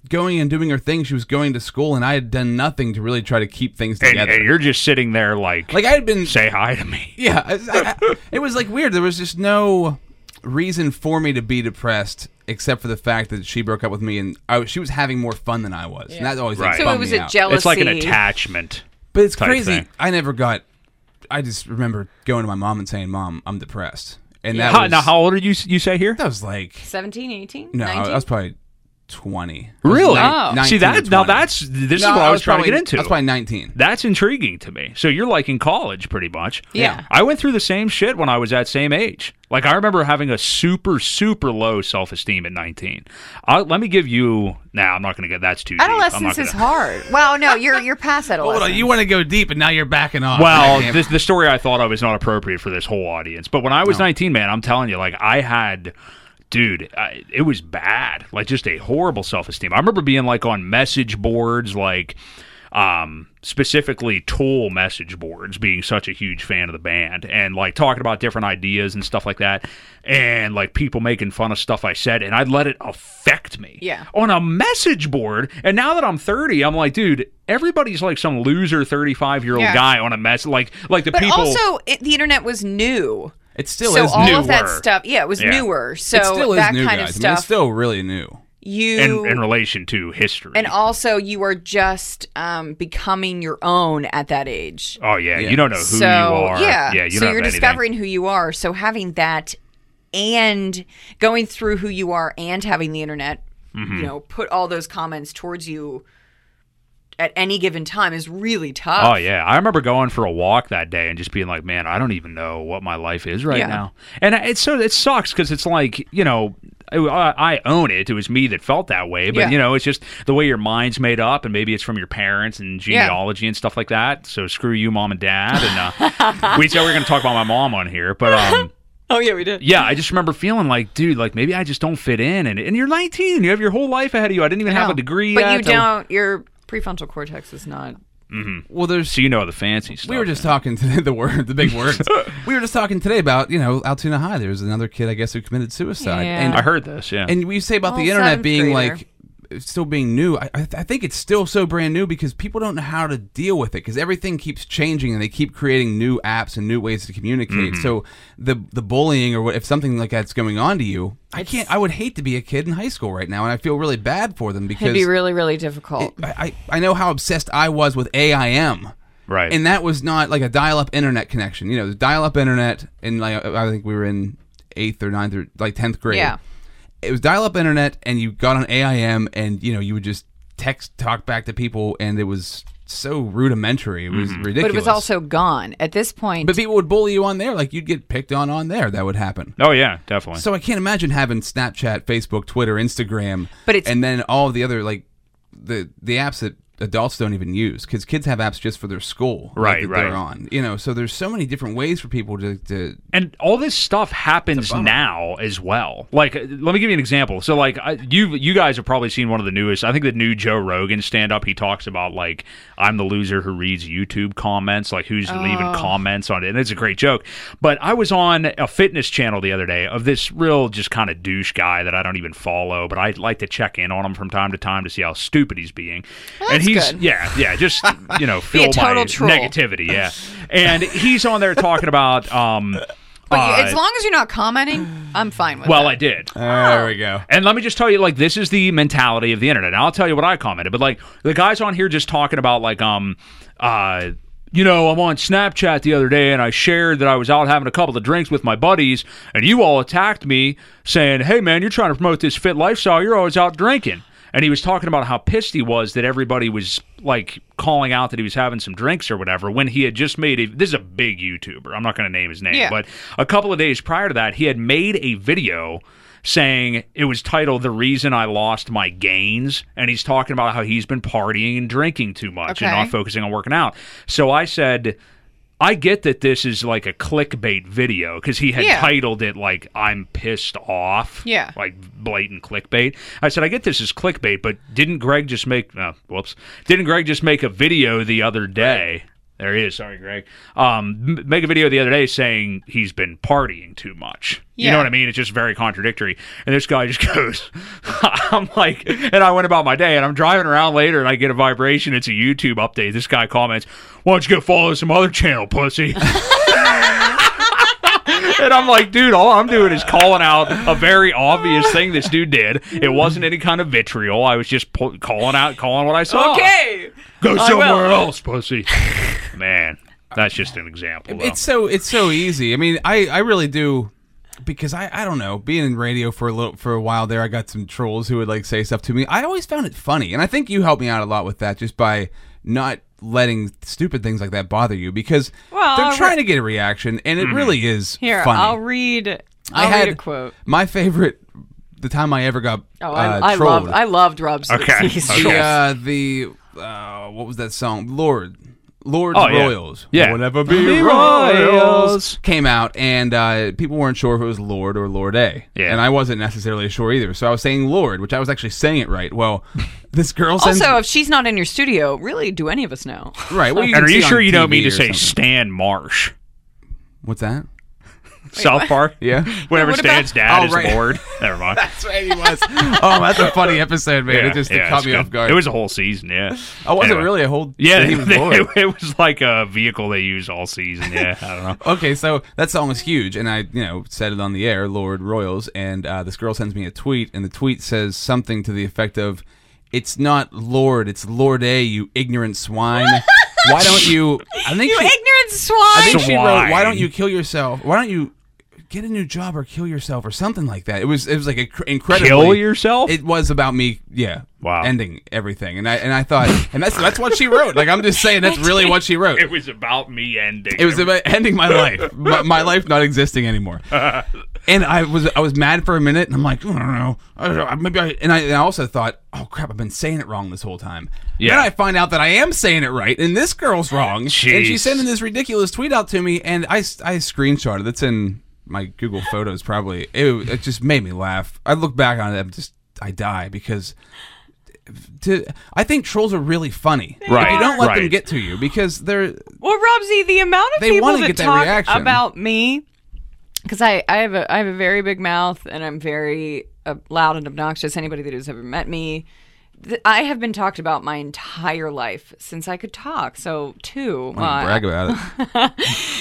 Speaker 2: going and doing her thing. She was going to school, and I had done nothing to really try to keep things
Speaker 5: And,
Speaker 2: together.
Speaker 5: and you're just sitting there like,
Speaker 2: like I had been.
Speaker 5: say hi to me.
Speaker 2: Yeah, I- I- I- it was like weird. There was just no reason for me to be depressed except for the fact that she broke up with me, and I, was- she was having more fun than I was. And that always like,
Speaker 5: Right. So it
Speaker 4: So
Speaker 2: bummed
Speaker 4: it was
Speaker 2: me
Speaker 4: a
Speaker 2: out.
Speaker 4: jealousy.
Speaker 5: It's like an attachment.
Speaker 2: But it's
Speaker 5: type
Speaker 2: crazy.
Speaker 5: thing.
Speaker 2: I never got. I just remember going to my mom and saying, "Mom, I'm depressed," and that
Speaker 5: How,
Speaker 2: was
Speaker 5: now, how old are you? You say here?
Speaker 2: that was like
Speaker 6: 17, 18?
Speaker 2: no, I- I was probably twenty. I was
Speaker 5: Really?
Speaker 2: nine- 19
Speaker 5: See
Speaker 2: or
Speaker 5: that? Now
Speaker 2: 20.
Speaker 5: that's this
Speaker 2: Oh. No,
Speaker 5: is what I was, trying
Speaker 2: probably,
Speaker 5: to get into.
Speaker 2: I was probably nineteen.
Speaker 5: That's intriguing to me. So you're like in college pretty much.
Speaker 6: Yeah.
Speaker 5: I went through the same shit when I was that same age. Like I remember having a super super low self-esteem at 19. I, let me give you now I'm not going to get that's too deep. I'm not
Speaker 4: Adolescence
Speaker 5: gonna-
Speaker 4: is hard. Well, no, you're you're past
Speaker 2: Hold
Speaker 4: adolescence.
Speaker 2: on, you want to go deep, and now you're backing off.
Speaker 5: Well,
Speaker 2: Goddamn.
Speaker 5: this, the story I thought of is not appropriate for this whole audience. But when I was 19, man, I'm telling you, like, I had, dude, I, it was bad. Like, just a horrible self esteem. I remember being, like, on message boards, like, um, specifically Tool message boards, being such a huge fan of the band and, like, talking about different ideas and stuff like that. And, like, people making fun of stuff I said. And I'd let it affect me
Speaker 4: Yeah.
Speaker 5: on a message board. And now that I'm 30, I'm like, dude, everybody's like some loser 35 year old
Speaker 4: Yeah.
Speaker 5: guy on a mess. Like, like the
Speaker 4: but
Speaker 5: people.
Speaker 4: also, it, the internet was new.
Speaker 2: it still
Speaker 4: so
Speaker 2: is
Speaker 4: all
Speaker 2: new.
Speaker 4: of that
Speaker 5: newer.
Speaker 4: stuff, yeah, it was
Speaker 5: Yeah.
Speaker 4: newer. So
Speaker 2: it still is
Speaker 4: that
Speaker 2: new,
Speaker 4: kind
Speaker 2: guys.
Speaker 4: of
Speaker 2: I mean, it's
Speaker 4: stuff.
Speaker 2: still really new.
Speaker 4: you
Speaker 5: in, in relation to history.
Speaker 4: and also you are just um, becoming your own at that age.
Speaker 5: oh yeah,
Speaker 2: Yeah.
Speaker 5: you don't know who you
Speaker 4: so
Speaker 5: are.
Speaker 4: yeah,
Speaker 5: you
Speaker 4: so
Speaker 5: don't
Speaker 4: you're
Speaker 5: have anything.
Speaker 4: discovering who you are. So having that and going through who you are and having the internet, you know, put all those comments towards you at any given time is really tough.
Speaker 5: Oh yeah, I remember going for a walk that day and just being like, "Man, I don't even know what my life is right
Speaker 4: Yeah.
Speaker 5: now." And I- it's so it sucks because it's like you know. I- I I own it. It was me that felt that way, but
Speaker 4: Yeah.
Speaker 5: you know, it's just the way your mind's made up, and maybe it's from your parents and genealogy and stuff like that. So screw you, mom and dad. And uh, we said we are going to talk about my mom on here, but um,
Speaker 6: Oh, yeah, we did.
Speaker 5: yeah, I just remember feeling like, dude, like maybe I just don't fit in. And, and you're 19, you have your whole life ahead of you. I didn't even have a degree,
Speaker 4: but
Speaker 5: yet
Speaker 4: you
Speaker 5: to-
Speaker 4: don't. Your prefrontal cortex is not.
Speaker 2: Well, there's
Speaker 5: So you know the fancy stuff.
Speaker 2: We were just talking today, the word, the big words. we were just talking today about, you know, Altoona High. There was another kid, I guess, who committed suicide.
Speaker 6: Yeah.
Speaker 2: And,
Speaker 5: I heard this, yeah.
Speaker 2: and we say about the
Speaker 4: Well,
Speaker 2: internet
Speaker 4: seventh
Speaker 2: being
Speaker 4: grader.
Speaker 2: like, it's still being new. I, I I think it's still so brand new because people don't know how to deal with it because everything keeps changing and they keep creating new apps and new ways to communicate. So the the bullying or what, if something like that's going on to you, I can't. I would hate to be a kid in high school right now, and I feel really bad for them because
Speaker 4: It'd be really, really difficult.
Speaker 2: I, I I know how obsessed I was with AIM.
Speaker 5: Right.
Speaker 2: And that was not like a dial up internet connection. You know, the dial up internet, and like, I think we were in eighth or ninth or like 10th grade.
Speaker 4: Yeah.
Speaker 2: It was dial up internet, and you got on AIM, and, you know, you would just text, talk back to people, and it was so rudimentary. It was ridiculous.
Speaker 4: Mm-hmm. but it was also gone at this point.
Speaker 2: But people would bully you on there. Like, you'd get picked on on there. That would happen.
Speaker 5: oh, yeah, definitely.
Speaker 2: So I can't imagine having Snapchat, Facebook, Twitter, Instagram,
Speaker 4: But it's-
Speaker 2: and then all the other like the the apps that adults don't even use because kids have apps just for their school, like,
Speaker 5: Right,
Speaker 2: that
Speaker 5: right.
Speaker 2: They're on, you know. So there's so many different ways for people to. to
Speaker 5: and all this stuff happens now as well. Like, uh, let me give you an example. So, like, I, you you guys have probably seen one of the newest. I think the new Joe Rogan stand up. He talks about like I'm the loser who reads YouTube comments. Like, who's
Speaker 4: Oh.
Speaker 5: leaving comments on it? And it's a great joke. But I was on a fitness channel the other day of this real just kind of douche guy that I don't even follow, but I like to check in on him from time to time to see how stupid he's being. and he's
Speaker 4: good.
Speaker 5: yeah, yeah, just you know,
Speaker 4: Be
Speaker 5: fill
Speaker 4: a
Speaker 5: my
Speaker 4: total troll.
Speaker 5: negativity. Yeah, and he's on there talking about. um
Speaker 4: But you-
Speaker 5: uh,
Speaker 4: as long as you're not commenting, I'm fine with
Speaker 5: well,
Speaker 4: it.
Speaker 5: I did.
Speaker 2: there we go.
Speaker 5: And let me just tell you, like, this is the mentality of the internet. And I'll tell you what I commented, but like, the guys on here just talking about, like, um, uh, you know, I'm on Snapchat the other day and I shared that I was out having a couple of drinks with my buddies, and you all attacked me saying, hey, man, you're trying to promote this fit lifestyle. You're always out drinking. And he was talking about how pissed he was that everybody was like calling out that he was having some drinks or whatever when he had just made a. This is a big YouTuber. I'm not going to name his name,
Speaker 4: Yeah.
Speaker 5: but a couple of days prior to that, he had made a video saying it was titled The Reason I Lost My Gains. And he's talking about how he's been partying and drinking too much and
Speaker 4: Okay.
Speaker 5: not focusing on working out. So I said, I get that this is like a clickbait video because he had
Speaker 7: Yeah.
Speaker 5: titled it like "I'm pissed off."
Speaker 7: Yeah.
Speaker 5: like blatant clickbait. I said, I get this is clickbait, but didn't Greg just make? Uh, whoops! Didn't Greg just make a video the other day? There he is. Sorry, Greg. Um, m- make a video the other day saying he's been partying too much. You know
Speaker 7: Yeah.
Speaker 5: what I mean? It's just very contradictory. And this guy just goes, I'm like, and I went about my day and I'm driving around later and I get a vibration. It's a YouTube update. This guy comments, Why don't you go follow some other channel, pussy? And I'm like, dude, all I'm doing is calling out a very obvious thing this dude did. It wasn't any kind of vitriol. I was just po- calling out, calling what I saw.
Speaker 4: Okay.
Speaker 5: Go
Speaker 4: I
Speaker 5: somewhere
Speaker 4: will.
Speaker 5: else, pussy. Man, that's just an example. Though.
Speaker 2: It's so it's so easy. I mean, I I really do because I I don't know. Being in radio for a little for a while there, I got some trolls who would like say stuff to me. I always found it funny, and I think you helped me out a lot with that just by not letting stupid things like that bother you because
Speaker 4: Well,
Speaker 2: they're
Speaker 4: I'll re- Mm-hmm.
Speaker 2: trying to get a reaction, and it really is
Speaker 4: Here,
Speaker 2: funny.
Speaker 4: I'll read.
Speaker 2: I
Speaker 4: I'll
Speaker 2: had
Speaker 4: read a quote.
Speaker 2: My favorite, the time I ever got
Speaker 8: Oh, I,
Speaker 2: uh,
Speaker 8: I
Speaker 2: trolled.
Speaker 8: love I loved Rob's.
Speaker 5: Okay. Okay.
Speaker 2: the uh, the uh, what was that song? Lord, Lord
Speaker 5: Oh, yeah.
Speaker 2: Royals.
Speaker 5: Yeah.
Speaker 2: Will never be, Royals.
Speaker 5: Royals.
Speaker 2: Came out and uh, people weren't sure if it was Lord or Lord A.
Speaker 5: Yeah.
Speaker 2: And I wasn't necessarily sure either, so I was saying Lord, which I was actually saying it right. Well, this girl sends
Speaker 8: Also, if she's not in your studio, really, do any of us know?
Speaker 2: right. Well, you can
Speaker 5: and are you
Speaker 2: see on
Speaker 5: sure you don't
Speaker 2: TV
Speaker 5: mean
Speaker 2: or
Speaker 5: to say
Speaker 2: something.
Speaker 5: Stan Marsh?
Speaker 2: what's that?
Speaker 5: South Park?
Speaker 2: Yeah.
Speaker 5: Whenever
Speaker 8: What about-
Speaker 5: Stan's dad
Speaker 2: Oh,
Speaker 5: is
Speaker 2: right.
Speaker 5: Lord. Never mind.
Speaker 2: That's what he was. oh, that's a funny episode, man. it just it
Speaker 5: yeah,
Speaker 2: caught
Speaker 5: it's
Speaker 2: me
Speaker 5: good.
Speaker 2: off guard.
Speaker 5: It was a whole season, yeah.
Speaker 2: I wasn't
Speaker 5: Anyway.
Speaker 2: really a whole.
Speaker 5: Yeah,
Speaker 2: he
Speaker 5: they,
Speaker 2: was
Speaker 5: they-
Speaker 2: Lord.
Speaker 5: it was like a vehicle they use all season. Yeah, I don't know.
Speaker 2: Okay, so that song is huge, and I, you know, said it on the air, Lord Royals, and uh, this girl sends me a tweet, and the tweet says something to the effect of, "It's not Lord, it's Lord A, you ignorant swine. Why don't you? I think
Speaker 4: You
Speaker 2: she,
Speaker 4: ignorant
Speaker 2: I
Speaker 4: swine.
Speaker 2: think she wrote, why
Speaker 5: swine.
Speaker 2: don't you kill yourself? Why don't you get a new job or kill yourself or something like that? It was, it was like a cr- incredibly
Speaker 5: Kill yourself?
Speaker 2: It was about me, yeah.
Speaker 5: Wow.
Speaker 2: Ending everything, and I and I thought, and that's that's what she wrote. Like I'm just saying, that's really what she wrote.
Speaker 5: It was about me ending.
Speaker 2: It was about ending my life, my, my life not existing anymore. And I was I was mad for a minute, and I'm like, I don't know, I don't know, maybe. I, and I and I also thought, oh crap, I've been saying it wrong this whole time.
Speaker 5: Yeah.
Speaker 2: Then I find out that I am saying it right, and this girl's wrong, and
Speaker 5: Jeez.
Speaker 2: she's sending this ridiculous tweet out to me, and I s- I screenshotted. It's in my Google Photos, probably. It, it just made me laugh. I look back on it, I'm just I die because. To, I think trolls are really funny.
Speaker 5: Right,
Speaker 2: If you don't let them
Speaker 5: right.
Speaker 2: get to you because they're
Speaker 4: Well, Robsy, the amount of
Speaker 2: They
Speaker 4: people
Speaker 2: wanna
Speaker 4: that
Speaker 2: get that
Speaker 4: talk
Speaker 2: reaction.
Speaker 4: about me, because I, I have a I have a very big mouth and I'm very uh, loud and obnoxious. Anybody that has ever met me, th- I have been talked about my entire life since I could talk. So two,
Speaker 2: I
Speaker 4: uh,
Speaker 2: brag about it.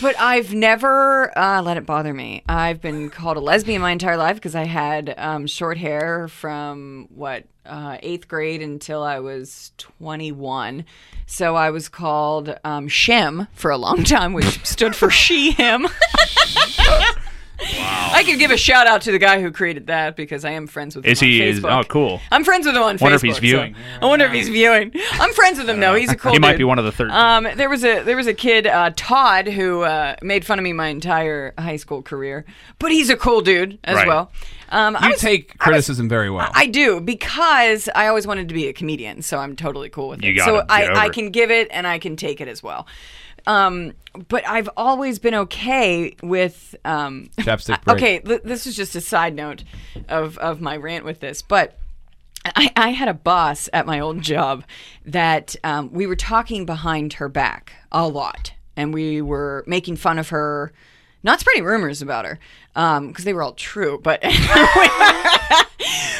Speaker 8: But I've never uh, let it bother me. I've been called a lesbian my entire life because I had um, short hair from what uh, eighth grade until I was 21. So I was called um, Shem for a long time, which stood for she him.
Speaker 4: I could give a shout out to the guy who created that because I am friends with.
Speaker 5: Is
Speaker 4: him on
Speaker 5: he? Is, oh,
Speaker 4: Facebook.
Speaker 5: cool.
Speaker 4: I'm friends with him on Facebook.
Speaker 5: Wonder if he's
Speaker 4: so-
Speaker 5: viewing.
Speaker 4: I wonder if he's viewing. I'm friends with him though. He's a cool.
Speaker 5: He might
Speaker 4: dude.
Speaker 5: be one of the thirteen.
Speaker 4: Um, there was a there was a kid uh, Todd who uh, made fun of me my entire high school career, but he's a cool dude as
Speaker 5: Right.
Speaker 4: well. Um, I
Speaker 2: You
Speaker 4: was-
Speaker 2: take criticism very well.
Speaker 4: I do because I always wanted to be a comedian, so I'm totally cool with
Speaker 5: You
Speaker 4: it.
Speaker 5: gotta
Speaker 4: So
Speaker 5: get
Speaker 4: I,
Speaker 5: over
Speaker 4: I
Speaker 5: it.
Speaker 4: can give it and I can take it as well. Um, but I've always been okay with um,
Speaker 2: Chapstick
Speaker 4: I-
Speaker 2: break.
Speaker 4: Okay, th- this is just a side note of of my rant with this, but. I, I had a boss at my old job that um, we were talking behind her back a lot, and we were making fun of her, not spreading rumors about her, because they were all true. But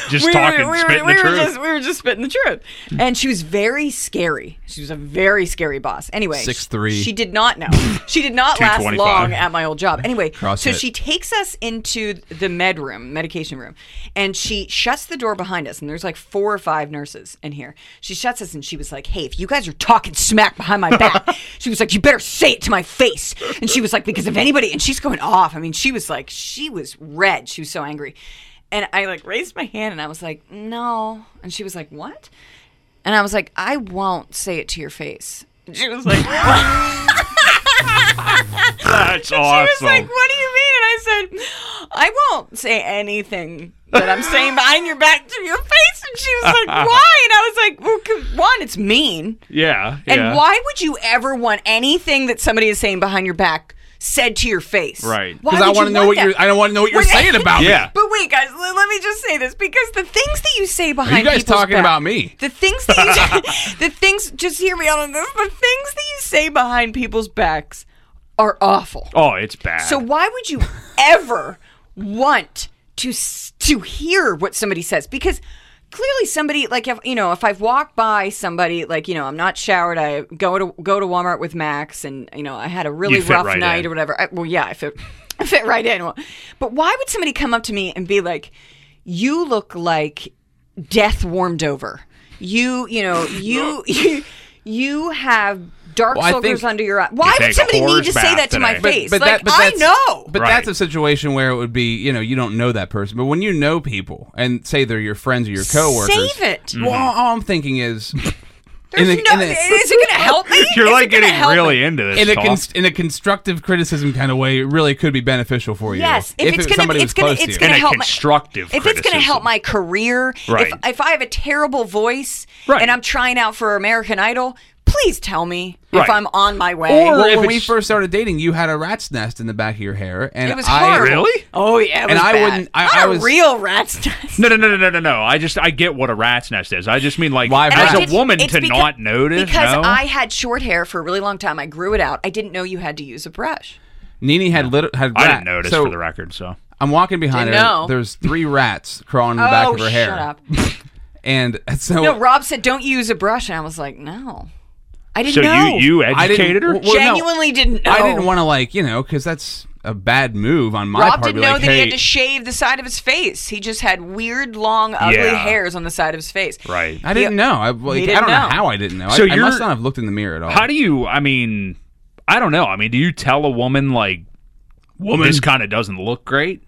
Speaker 5: just
Speaker 4: we
Speaker 5: talking,
Speaker 4: were, we
Speaker 5: spitting
Speaker 4: were,
Speaker 5: the
Speaker 4: we
Speaker 5: truth.
Speaker 4: Were just, we were just spitting the truth. And she was very scary. She was a very scary boss. Anyway,
Speaker 2: 6'3".
Speaker 4: She, she did not know. She did not last
Speaker 5: 225.
Speaker 4: long at my old job. Anyway, so
Speaker 2: CrossFit.
Speaker 4: she takes us into the med room, medication room, and she shuts the door behind us. And there's like four or five nurses in here. She shuts us, and she was like, "Hey, if you guys are talking smack behind my back," she was like, "You better say it to my face." And she was like, "Because if anybody," and she's going off. I mean, she was like, she was red. She was so angry. And I like raised my hand and I was like, no. And she was like, what? And I was like, I won't say it to your face. And she was like,
Speaker 5: That's
Speaker 4: I
Speaker 5: awesome.
Speaker 4: was like, what do you mean? And I said, I won't say anything that I'm saying behind your back to your face. And she was like, why? And I was like, well, c- one, it's mean.
Speaker 5: Yeah.
Speaker 4: And
Speaker 5: yeah.
Speaker 4: why would you ever want anything that somebody is saying behind your back said to your face?
Speaker 5: Right.
Speaker 4: Why
Speaker 2: Because I
Speaker 4: would you
Speaker 2: want to know what
Speaker 4: that?
Speaker 2: you're. I don't want to know what you're
Speaker 4: When-
Speaker 2: saying about me.
Speaker 5: Yeah.
Speaker 4: But wait, guys, l- let me just say this because the things that you say behind
Speaker 2: Are you guys
Speaker 4: people's
Speaker 2: talking
Speaker 4: back-
Speaker 2: about me?
Speaker 4: The things that you, the things, just hear me out on this. The things that you say behind people's backs are awful.
Speaker 5: Oh, it's bad.
Speaker 4: So why would you ever want to s- to hear what somebody says? Because clearly somebody like if you know if I've walked by somebody like you know I'm not showered I go to go to Walmart with Max and you know I had a really
Speaker 5: You fit
Speaker 4: rough
Speaker 5: right
Speaker 4: night
Speaker 5: in.
Speaker 4: or whatever. I, well, yeah, I fit I fit right in. Well, But why would somebody come up to me and be like, "You look like death warmed over. You you know you you, you have." Dark
Speaker 2: Well, I
Speaker 4: circles
Speaker 2: think-
Speaker 4: under your eye. Why
Speaker 5: take
Speaker 4: would
Speaker 5: a
Speaker 4: somebody need
Speaker 5: whore's
Speaker 4: to say
Speaker 5: bath
Speaker 4: that to my
Speaker 5: today.
Speaker 2: But,
Speaker 4: face?
Speaker 2: but
Speaker 4: like
Speaker 2: that, but
Speaker 4: I
Speaker 2: that's,
Speaker 4: know.
Speaker 2: But
Speaker 5: Right.
Speaker 2: that's a situation where it would be, you know, you don't know that person. But when you know people and say they're your friends or your coworkers,
Speaker 4: Save it.
Speaker 2: Well, all I'm thinking is,
Speaker 4: There's
Speaker 2: in a-
Speaker 4: no,
Speaker 2: in a-
Speaker 4: is it going to help me?
Speaker 5: You're
Speaker 4: Is
Speaker 5: like
Speaker 4: it gonna
Speaker 5: getting
Speaker 4: help
Speaker 5: really
Speaker 4: me?
Speaker 5: into this.
Speaker 2: in a
Speaker 5: talk.
Speaker 2: cons- in a constructive criticism kind of way, it really could be beneficial for you.
Speaker 4: Yes, if it's
Speaker 2: it-
Speaker 4: gonna-
Speaker 2: somebody
Speaker 4: it's
Speaker 2: was
Speaker 4: gonna-
Speaker 2: close to
Speaker 4: it's
Speaker 2: you.
Speaker 5: in
Speaker 4: gonna
Speaker 5: a
Speaker 4: help my-
Speaker 5: constructive.
Speaker 4: If it's going to
Speaker 5: criticism.
Speaker 4: help my career,
Speaker 5: Right.
Speaker 4: if, if I have a terrible voice
Speaker 5: Right.
Speaker 4: and I'm trying out for American Idol, please tell me
Speaker 5: Right.
Speaker 4: if I'm on my way.
Speaker 5: Or
Speaker 2: Well,
Speaker 5: if
Speaker 2: when
Speaker 5: it's-
Speaker 2: we first started dating, you had a rat's nest in the back of your hair, and
Speaker 4: it was
Speaker 2: I
Speaker 4: horrible.
Speaker 5: Really?
Speaker 4: Oh yeah, it
Speaker 2: And
Speaker 4: was
Speaker 2: I
Speaker 4: bad.
Speaker 2: wouldn't- I-
Speaker 4: Not
Speaker 2: I
Speaker 4: a
Speaker 2: was-
Speaker 4: real rat's nest.
Speaker 5: No, no, no, no, no, no, no. I just I get what a rat's nest is. I just mean like
Speaker 2: Live
Speaker 5: as
Speaker 2: rat.
Speaker 5: a woman
Speaker 4: It's
Speaker 5: to
Speaker 4: becau-
Speaker 5: not notice.
Speaker 4: because
Speaker 5: no?
Speaker 4: I had short hair for a really long time. I grew it out. I didn't know you had to use a brush.
Speaker 2: Nini had lit- had.
Speaker 5: I
Speaker 2: rat.
Speaker 5: didn't notice
Speaker 2: So
Speaker 5: for the record. So
Speaker 2: I'm walking behind her.
Speaker 4: Didn't know.
Speaker 2: There's three rats crawling in the back
Speaker 4: oh,
Speaker 2: of her hair.
Speaker 4: shut up!
Speaker 2: And so
Speaker 4: No, Rob said don't use a brush, and I was like, no, I didn't
Speaker 5: so
Speaker 4: know.
Speaker 5: you you
Speaker 2: I didn't-
Speaker 5: educated her.
Speaker 2: well, no,
Speaker 4: Genuinely didn't know.
Speaker 2: I didn't want to like you know because that's a bad move on my
Speaker 4: Rob
Speaker 2: part. to
Speaker 4: didn't
Speaker 2: be
Speaker 4: know
Speaker 2: like,
Speaker 4: that he
Speaker 2: "Hey,
Speaker 4: had to shave the side of his face. He just had weird, long, ugly
Speaker 5: Yeah.
Speaker 4: hairs on the side of his face.
Speaker 5: right.
Speaker 2: I didn't know. I, like,
Speaker 4: didn't
Speaker 2: I don't know.
Speaker 4: know.
Speaker 2: how I didn't know.
Speaker 5: So
Speaker 2: I, I must
Speaker 5: you're-
Speaker 2: not have looked in the mirror at all.
Speaker 5: How do you? I mean, I don't know. I mean, do you tell a woman like, woman, this kind of doesn't look great?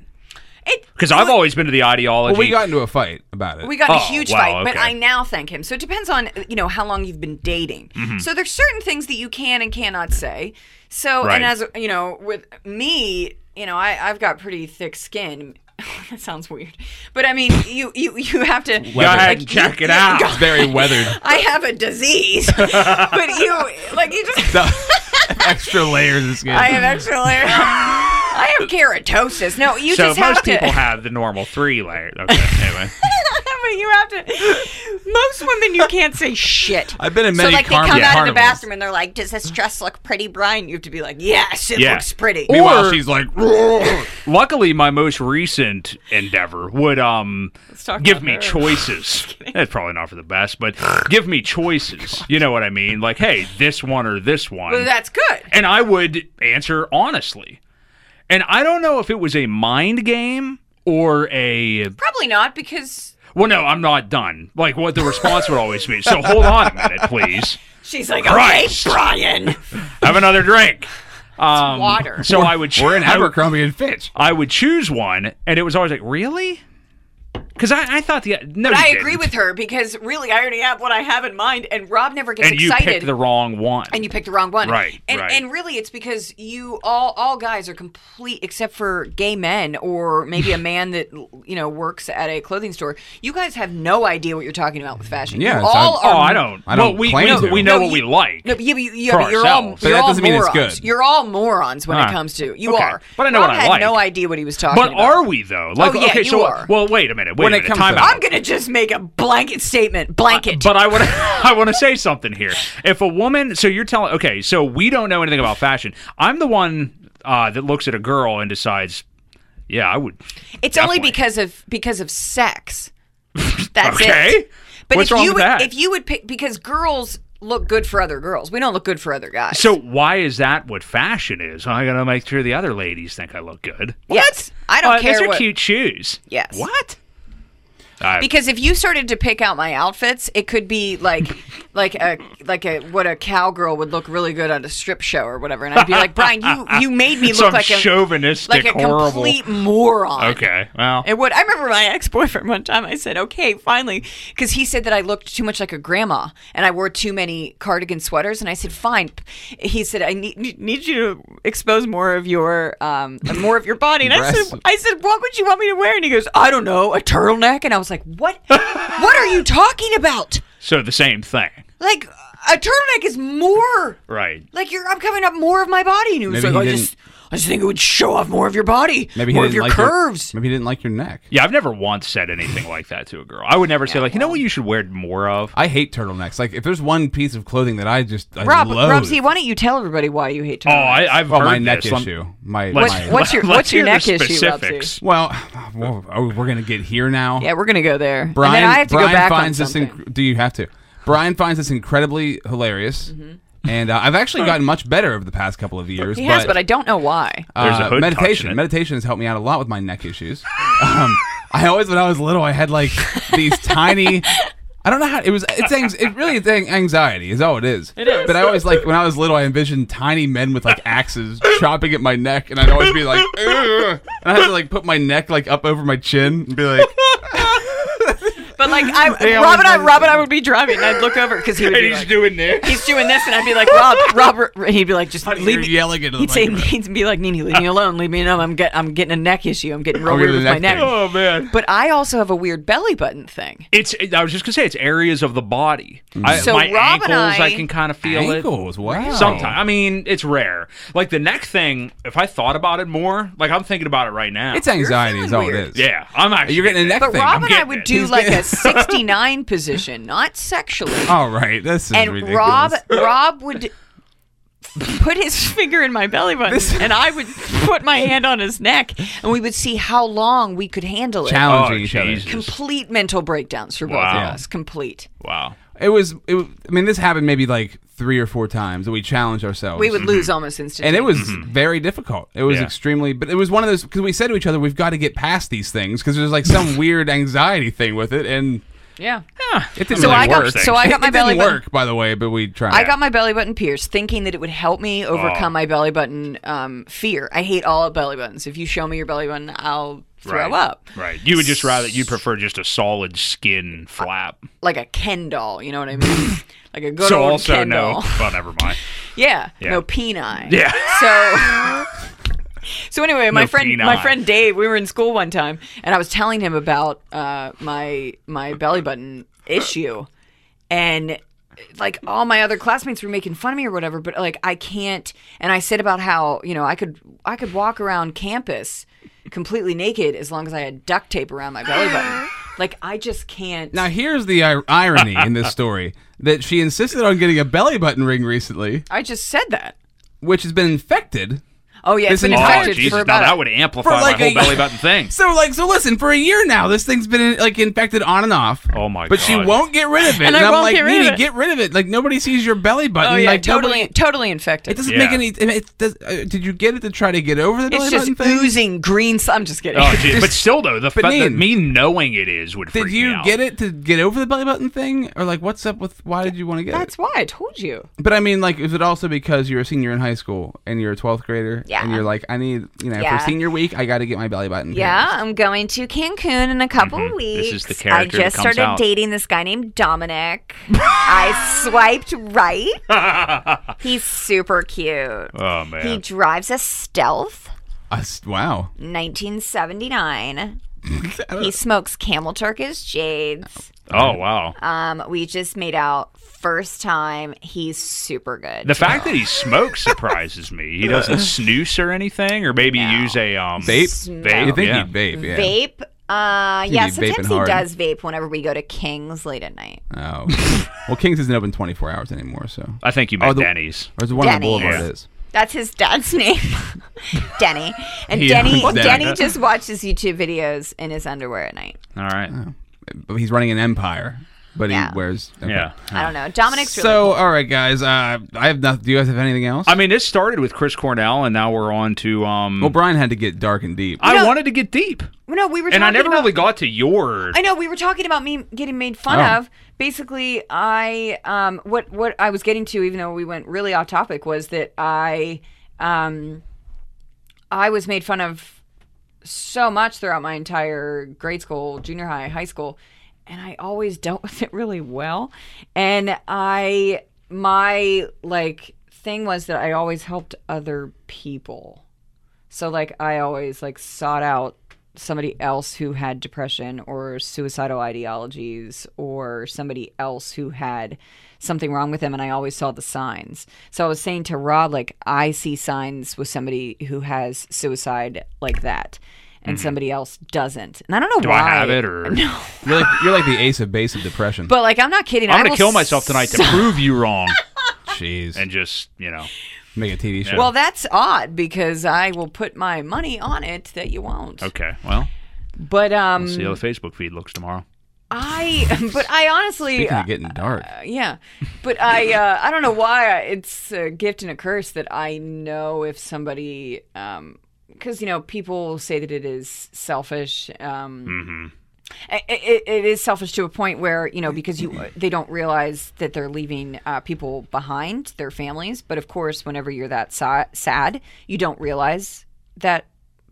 Speaker 4: It-
Speaker 5: Because I've always been to the ideology.
Speaker 2: well, we got into a fight about it.
Speaker 4: we got in a
Speaker 5: Oh,
Speaker 4: huge
Speaker 5: wow,
Speaker 4: fight, but
Speaker 5: okay.
Speaker 4: I now thank him. So it depends on you know how long you've been dating.
Speaker 5: Mm-hmm.
Speaker 4: So there's certain things that you can and cannot say. So
Speaker 5: Right.
Speaker 4: and as you know, with me, you know, I, I've got pretty thick skin. that sounds weird, but I mean, you you you have to
Speaker 5: Go ahead and check it out.
Speaker 2: It's very weathered.
Speaker 4: I have a disease, but you like you just.
Speaker 2: So, extra layers of skin.
Speaker 4: I have extra layer. I have keratosis. No, you
Speaker 5: so
Speaker 4: just
Speaker 5: most
Speaker 4: have to.
Speaker 5: people have the normal three layer. Okay, anyway.
Speaker 4: but you have to. Most women, you can't say shit.
Speaker 2: I've been in
Speaker 4: So
Speaker 2: many
Speaker 4: like they
Speaker 2: car-
Speaker 4: come out of the
Speaker 2: carnivals.
Speaker 4: bathroom and they're like, "Does this dress look pretty, Brian?" You have to be like, "Yes, it
Speaker 5: Yeah.
Speaker 4: looks pretty."
Speaker 2: Meanwhile,
Speaker 5: Or-
Speaker 2: she's like,
Speaker 5: Luckily, my most recent endeavor would um
Speaker 4: talk
Speaker 5: give
Speaker 4: about
Speaker 5: me
Speaker 4: her.
Speaker 5: choices. That's probably not for the best, but give me choices. You know what I mean? Like, hey, this one or this one.
Speaker 4: Well, that's good.
Speaker 5: and I would answer honestly. And I don't know if it was a mind game or a
Speaker 4: Probably not because
Speaker 5: well, no, I'm not done. Like what the response would always be. So hold on a minute, please.
Speaker 4: she's like,
Speaker 5: Christ.
Speaker 4: "Okay, Brian."
Speaker 5: Have another drink. Um,
Speaker 4: water.
Speaker 5: So I would.
Speaker 2: "We're in
Speaker 5: I would-
Speaker 2: Abercrombie and Fitch."
Speaker 5: I would choose one, and it was always like, really? Because I, I thought the no,
Speaker 4: But
Speaker 5: you
Speaker 4: I agree
Speaker 5: didn't.
Speaker 4: with her because really, I already have what I have in mind, and Rob never gets
Speaker 5: and you
Speaker 4: excited.
Speaker 5: picked the wrong one.
Speaker 4: and you picked the wrong one.
Speaker 5: Right,
Speaker 4: And
Speaker 5: right.
Speaker 4: and really it's because you all all guys are complete except for gay men or maybe a man that you know works at a clothing store. You guys have no idea what you're talking about with fashion.
Speaker 2: Yeah,
Speaker 4: you
Speaker 2: it's-
Speaker 4: all
Speaker 5: oh,
Speaker 4: are
Speaker 5: I don't.
Speaker 2: I don't
Speaker 5: well, we
Speaker 2: claim
Speaker 5: we,
Speaker 2: to.
Speaker 5: we know
Speaker 4: No,
Speaker 5: what we
Speaker 4: you-
Speaker 5: like.
Speaker 4: No, but yeah, but you, yeah,
Speaker 5: For
Speaker 4: but you're all
Speaker 5: ourselves.
Speaker 2: But
Speaker 4: you're
Speaker 2: that
Speaker 4: all
Speaker 2: doesn't mean it's
Speaker 4: morons.
Speaker 2: good.
Speaker 4: You're all morons when
Speaker 5: Ah,
Speaker 4: it comes to you
Speaker 5: okay.
Speaker 4: are.
Speaker 5: But I know
Speaker 4: Rob
Speaker 5: what I
Speaker 4: had
Speaker 5: like.
Speaker 4: no idea what he was talking
Speaker 5: but
Speaker 4: about.
Speaker 5: are we though? Like,
Speaker 4: Oh, yeah,
Speaker 5: okay,
Speaker 4: you
Speaker 5: so
Speaker 4: are.
Speaker 5: well, wait a minute. Wait
Speaker 2: When
Speaker 5: a
Speaker 2: it
Speaker 5: minute.
Speaker 2: comes
Speaker 5: Time
Speaker 2: to-
Speaker 5: out.
Speaker 4: I'm gonna just make a blanket statement. Blanket.
Speaker 5: But I want to. I want to say something here. If a woman, so you're telling, okay, so we don't know anything about fashion. I'm the one uh, that looks at a girl and decides, yeah, I would.
Speaker 4: It's
Speaker 5: Definitely.
Speaker 4: only because of because of sex. That's
Speaker 5: Okay.
Speaker 4: it. But
Speaker 5: What's
Speaker 4: if
Speaker 5: wrong
Speaker 4: you
Speaker 5: with
Speaker 4: would,
Speaker 5: that?
Speaker 4: if you would pick because girls look good for other girls, we don't look good for other guys.
Speaker 5: So why is that what fashion is? I gotta make sure the other ladies think I look good.
Speaker 4: yes, I don't
Speaker 5: Uh,
Speaker 4: care
Speaker 5: Those are
Speaker 4: what.
Speaker 5: cute shoes.
Speaker 4: Yes.
Speaker 5: What? I-
Speaker 4: because if you started to pick out my outfits, it could be like, like a like a what a cowgirl would look really good on a strip show or whatever, and I'd be like, Brian, you you made me look
Speaker 5: Some
Speaker 4: like
Speaker 5: chauvinistic,
Speaker 4: a like a
Speaker 5: horrible-
Speaker 4: complete moron.
Speaker 5: Okay. Well,
Speaker 4: It would. I remember my ex boyfriend one time. I said, "Okay, finally," because he said that I looked too much like a grandma and I wore too many cardigan sweaters. And I said, "Fine." He said, "I need need- need you to expose more of your um more of your body." And I
Speaker 2: Breasts.
Speaker 4: said, "I said, what would you want me to wear?" And he goes, "I don't know, a turtleneck." And I was like, "What? what are you talking about?
Speaker 5: so the same thing,
Speaker 4: Like a turtleneck is more
Speaker 5: right?
Speaker 4: like you're I'm covering up more of my body." And he was
Speaker 2: Maybe
Speaker 4: like,
Speaker 2: he
Speaker 4: "I
Speaker 2: didn't-
Speaker 4: just." I just think it would show off more of your body,
Speaker 2: Maybe he
Speaker 4: more of
Speaker 2: didn't
Speaker 4: your
Speaker 2: like
Speaker 4: curves.
Speaker 2: Your, maybe he didn't like your neck.
Speaker 5: Yeah, I've never once said anything like that to a girl. I would never say like, you know what, you should wear more of.
Speaker 2: I hate turtlenecks. Like if there's one piece of clothing that I just I
Speaker 4: Rob,
Speaker 2: loathe-
Speaker 4: Rob Z, why don't you tell everybody why you hate
Speaker 5: Oh,
Speaker 4: turtlenecks?
Speaker 5: I, I've
Speaker 2: well,
Speaker 5: heard
Speaker 2: my neck
Speaker 5: this. Let-
Speaker 2: issue. My,
Speaker 5: let's-
Speaker 2: my
Speaker 4: What's your-
Speaker 5: let's
Speaker 4: what's
Speaker 5: hear
Speaker 4: your
Speaker 5: the
Speaker 4: neck issue, Rob Z?
Speaker 5: specifics.
Speaker 2: well, well, oh, we're gonna get here now.
Speaker 4: Yeah, we're gonna go there.
Speaker 2: Brian,
Speaker 4: and then I have to
Speaker 2: Brian
Speaker 4: go back
Speaker 2: finds
Speaker 4: on
Speaker 2: this.
Speaker 4: something.
Speaker 2: Inc- do you have to? Brian finds this incredibly hilarious, and uh, I've actually gotten much better over the past couple of years.
Speaker 4: Mm-hmm. he has, but I don't know why.
Speaker 5: There's a
Speaker 2: uh,
Speaker 5: hood touching
Speaker 2: meditation.
Speaker 5: it.
Speaker 2: Meditation has helped me out a lot with my neck issues. Um, I always, when I was little, I had like these tiny. I don't know how it was. It's anx- it really it's an- anxiety is all it is. It is. But I always like when I was little, I envisioned tiny men with like axes chopping at my neck, and I'd always be like, Ugh. and I had to like put my neck like up over my chin and be like,
Speaker 4: But like, I,
Speaker 2: They always
Speaker 4: Rob and I,
Speaker 2: does
Speaker 4: Rob and I would be driving, and I'd look over because he would
Speaker 5: And
Speaker 4: be
Speaker 5: he's
Speaker 4: like,
Speaker 5: doing this.
Speaker 4: he's doing this, and I'd be like, Rob, Robert, and he'd be like, just leave
Speaker 2: you're
Speaker 4: me.
Speaker 2: yelling at.
Speaker 4: He'd say, he'd be like, Nini, leave me alone, leave me alone. I'm get, I'm getting a neck issue. I'm getting real
Speaker 2: I'll get
Speaker 4: weird
Speaker 2: a
Speaker 4: with my
Speaker 2: neck
Speaker 4: neck.
Speaker 2: thing.
Speaker 5: Oh man.
Speaker 4: But I also have a weird belly button thing.
Speaker 5: It's. I was just gonna say it's areas of the body. I,
Speaker 4: So
Speaker 5: my
Speaker 4: Rob
Speaker 5: ankles,
Speaker 4: and
Speaker 5: I,
Speaker 4: I-
Speaker 5: can kind of feel it.
Speaker 2: ankles. Wow.
Speaker 5: Sometimes. I mean, it's rare. Like the neck thing. If I thought about it more, like I'm thinking about it right now.
Speaker 2: it's anxiety is all
Speaker 4: feeling
Speaker 2: it is.
Speaker 5: yeah. I'm actually.
Speaker 2: You're getting a neck
Speaker 4: But
Speaker 2: thing.
Speaker 4: Rob
Speaker 5: I'm
Speaker 4: and I
Speaker 5: getting
Speaker 4: would
Speaker 5: it.
Speaker 4: do
Speaker 2: He's
Speaker 4: like
Speaker 2: getting-
Speaker 4: a 69 position, not sexually.
Speaker 2: all right, this is
Speaker 4: and
Speaker 2: ridiculous.
Speaker 4: Rob Rob would put his finger in my belly button and I would put my hand on his neck and we would see how long we could handle it.
Speaker 2: challenging
Speaker 5: Oh,
Speaker 2: each other.
Speaker 5: Jesus.
Speaker 4: Complete mental breakdowns for both
Speaker 5: Wow.
Speaker 4: of us. Complete.
Speaker 5: Wow.
Speaker 2: It was. It, was- I mean, this happened maybe like three or four times that we challenged ourselves.
Speaker 4: We would lose almost instantly.
Speaker 2: and it was very difficult. It was
Speaker 5: Yeah.
Speaker 2: extremely, but it was one of those because we said to each other, "We've got to get past these things," because there's like some weird anxiety thing with it, and
Speaker 4: yeah.
Speaker 2: it didn't
Speaker 4: So
Speaker 2: really
Speaker 4: I got
Speaker 2: work.
Speaker 4: so I got my
Speaker 2: it
Speaker 4: belly
Speaker 2: didn't
Speaker 4: button.
Speaker 2: work, by the way, but we tried.
Speaker 4: I got my belly button pierced, thinking that it would help me overcome
Speaker 2: Oh.
Speaker 4: my belly button um, fear. I hate all belly buttons. If you show me your belly button, I'll throw
Speaker 5: Right.
Speaker 4: up
Speaker 5: Right. You would just rather you'd prefer just a solid skin flap.
Speaker 4: like a Ken doll. You know what I mean? like a good
Speaker 5: So
Speaker 4: old
Speaker 5: also
Speaker 4: Ken
Speaker 5: no.
Speaker 4: doll.
Speaker 5: Well, never mind.
Speaker 4: Yeah.
Speaker 5: Yeah.
Speaker 4: No peni.
Speaker 5: Yeah.
Speaker 4: So So anyway, my
Speaker 5: No
Speaker 4: friend
Speaker 5: peni.
Speaker 4: my friend Dave, we were in school one time and I was telling him about uh, my my belly button issue and like all my other classmates were making fun of me or whatever, but like I can't and I said about how, you know, I could I could walk around campus completely naked as long as I had duct tape around my belly button. Like I just can't
Speaker 2: Now here's the ir- irony in this story that she insisted on getting a belly button ring recently,
Speaker 4: I just said that.
Speaker 2: which has been infected.
Speaker 4: Oh yeah, it's
Speaker 2: This
Speaker 4: been
Speaker 2: entire-
Speaker 5: Oh
Speaker 4: infected
Speaker 5: Jesus!
Speaker 4: for
Speaker 5: Now
Speaker 4: about a-
Speaker 5: that would amplify
Speaker 2: For like
Speaker 5: my
Speaker 2: a-
Speaker 5: whole belly button thing.
Speaker 2: So like, so listen, for a year now, this thing's been like infected on and off.
Speaker 5: Oh, my
Speaker 2: But she
Speaker 5: God.
Speaker 2: won't get rid of it, and,
Speaker 4: And I
Speaker 2: I'm
Speaker 4: won't
Speaker 2: like,
Speaker 4: get rid of
Speaker 2: Nene,
Speaker 4: it.
Speaker 2: get rid of it. Like nobody sees your belly button.
Speaker 4: Oh yeah,
Speaker 2: like,
Speaker 4: totally,
Speaker 2: nobody-
Speaker 4: totally infected.
Speaker 2: It doesn't
Speaker 5: Yeah.
Speaker 2: make any. It does, uh, did you get it to try to get over the belly
Speaker 4: it's just
Speaker 2: button thing?
Speaker 4: oozing green. s- I'm just kidding.
Speaker 5: Oh, geez. but still though, the fact that
Speaker 2: Benin.
Speaker 5: me knowing it is would
Speaker 2: Did
Speaker 5: freak
Speaker 2: you
Speaker 5: me out.
Speaker 2: get it to get over the belly button thing, or like what's up with why did you want to get
Speaker 4: That's
Speaker 2: it?
Speaker 4: why I told you.
Speaker 2: But I mean, like, is it also because you're a senior in high school and you're a twelfth grader,
Speaker 4: Yeah.
Speaker 2: and you're like, I need, you know,
Speaker 4: Yeah.
Speaker 2: for senior week, I got to get my belly button. pierced.
Speaker 4: I'm going to Cancun in a couple
Speaker 5: Mm-hmm. This is the character that comes out.
Speaker 4: dating this guy named Dominic. I swiped right. He's super cute.
Speaker 5: Oh man.
Speaker 4: drives a Stealth
Speaker 2: I s- wow.
Speaker 4: 1979.
Speaker 5: Uh.
Speaker 4: he smokes Camel Turkish Jades.
Speaker 5: oh wow.
Speaker 4: Um, we just made out first time. He's super good.
Speaker 5: The fact that he smokes surprises me. He doesn't snooze or anything, or maybe use a um
Speaker 2: Vape?
Speaker 5: Vape.
Speaker 2: you think
Speaker 5: yeah.
Speaker 2: you vape? Yeah.
Speaker 4: vape. Uh,
Speaker 2: He'd
Speaker 4: yeah,
Speaker 2: be
Speaker 4: sometimes
Speaker 2: vaping
Speaker 4: he
Speaker 2: hard.
Speaker 4: does vape whenever we go to King's late at night.
Speaker 2: Oh. okay. well, Kings isn't open 24 hours anymore, so. Or
Speaker 5: I think you meant
Speaker 2: Oh, the-
Speaker 5: Denny's.
Speaker 2: is it one on the
Speaker 4: Denny's.
Speaker 2: Boulevard
Speaker 5: Yeah.
Speaker 2: is.
Speaker 4: That's his dad's name, Denny. And
Speaker 2: Yeah,
Speaker 4: Denny,
Speaker 2: Denny.
Speaker 4: Denny just watches YouTube videos in his underwear at night.
Speaker 5: All right.
Speaker 2: But he's running an empire. but
Speaker 4: Yeah.
Speaker 2: he wears. okay.
Speaker 5: Yeah.
Speaker 4: I don't know. Dominic's really
Speaker 2: So, all right, guys. Uh, I have nothing. Do you guys have anything else?
Speaker 5: I mean, this started with Chris Cornell, and now we're on to. um
Speaker 2: well, Brian had to get dark and deep.
Speaker 5: I
Speaker 4: No.
Speaker 5: wanted to get deep,
Speaker 4: cool. No, we were
Speaker 5: and I
Speaker 4: talking
Speaker 5: never
Speaker 4: about-
Speaker 5: really got to your.
Speaker 4: I know we were talking about me getting made fun
Speaker 2: Oh.
Speaker 4: of. Basically, I um, what what I was getting to, even though we went really off topic, was that I um, I was made fun of so much throughout my entire grade school, junior high, high school, and I always dealt with it really well. And I my like thing was that I always helped other people. So like I always like sought out somebody else who had depression or suicidal ideologies or somebody else who had something wrong with them and I always saw the signs. So I was saying to Rod like I see signs with somebody who has suicide like that and somebody else doesn't. And I don't know
Speaker 5: Mm-hmm. do
Speaker 4: why.
Speaker 5: I have it or? No.
Speaker 2: You're like, you're like the ace of base of depression.
Speaker 4: But like I'm not kidding.
Speaker 5: I'm
Speaker 4: I
Speaker 5: gonna
Speaker 4: will
Speaker 5: kill myself tonight to prove you wrong,
Speaker 2: Jeez,
Speaker 5: and just you know.
Speaker 2: make a TV show.
Speaker 4: Well, that's odd because I will put my money on it that you won't.
Speaker 5: Okay, well,
Speaker 4: But um
Speaker 5: see how the Facebook feed looks tomorrow.
Speaker 4: I but I honestly
Speaker 2: Speaking of getting dark,
Speaker 4: yeah but i uh, i don't know why I- it's a gift and a curse that i know if somebody um because you know people say that it is selfish um i- i- it is selfish to a point where you know because you uh, they don't realize that they're leaving uh, people behind their families but of course whenever you're that sa- sad you don't realize that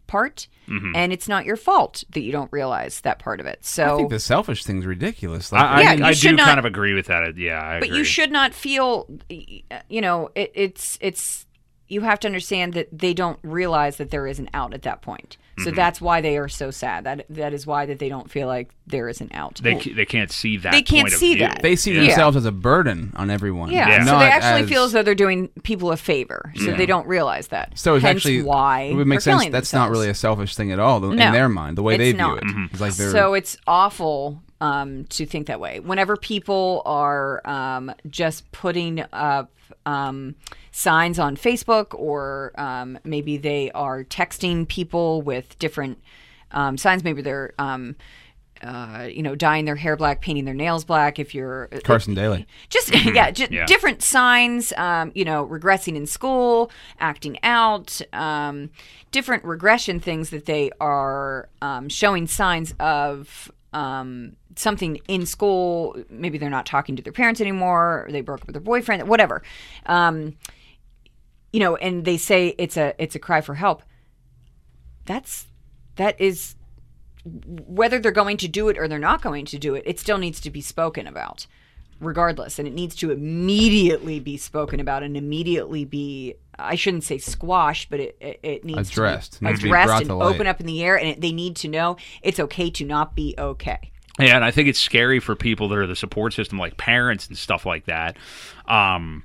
Speaker 4: part
Speaker 5: Mm-hmm. Hmm.
Speaker 4: and it's not your fault that you don't realize that part of it so
Speaker 2: I think the selfish thing's ridiculous. Like,
Speaker 5: I,
Speaker 4: Yeah,
Speaker 5: I,
Speaker 4: you
Speaker 5: I do
Speaker 4: should not-
Speaker 5: kind of agree with that. Yeah, I
Speaker 4: but
Speaker 5: agree.
Speaker 4: you should not feel you know it, it's it's you have to understand that they don't realize that there is an out at that point
Speaker 5: Mm-hmm.
Speaker 4: so that's why they are so sad that that is why that they don't feel like there is an out
Speaker 5: They ca- they can't see that.
Speaker 4: They can't
Speaker 5: point of
Speaker 4: see
Speaker 5: view.
Speaker 4: that.
Speaker 2: they see
Speaker 5: Yeah.
Speaker 2: themselves as a burden on everyone.
Speaker 4: yeah, so
Speaker 2: not
Speaker 4: they actually
Speaker 2: as-
Speaker 4: feel as though they're doing people a favor so they don't realize that
Speaker 2: So it's
Speaker 4: Hence
Speaker 2: actually
Speaker 4: why
Speaker 2: it would make
Speaker 4: they're
Speaker 2: sense.
Speaker 4: killing
Speaker 2: That's not
Speaker 4: themselves.
Speaker 2: really a selfish thing at all th- in
Speaker 4: No,
Speaker 2: their mind. The way
Speaker 4: it's
Speaker 2: they view
Speaker 4: not.
Speaker 2: it,
Speaker 5: Mm-hmm.
Speaker 2: it's like they're
Speaker 4: So it's awful um, to think that way. Whenever people are um, just putting up um, signs on Facebook, or um, maybe they are texting people with different um, signs, maybe they're. Um, uh, you know, dyeing their hair black, painting their nails black. If you're uh,
Speaker 2: Carson Daly.
Speaker 4: just yeah, just
Speaker 5: Yeah.
Speaker 4: different signs. Um, you know, regressing in school, acting out, um, different regression things that they are um, showing signs of um, something in school. Maybe they're not talking to their parents anymore. Or they broke up with their boyfriend. Whatever. Um, you know, and they say it's a it's a cry for help. That's that is whether they're going to do it or they're not going to do it, it still needs to be spoken about, regardless. And it needs to immediately be spoken about and immediately be, I shouldn't say squashed, but it, it, it needs
Speaker 2: Addressed.
Speaker 4: to be
Speaker 2: Needs to be
Speaker 4: addressed
Speaker 2: brought
Speaker 4: and
Speaker 2: to light.
Speaker 4: open up in the air. And it, they need to know it's okay to not be okay.
Speaker 5: Yeah, and I think it's scary for people that are the support system, like parents and stuff like that, um,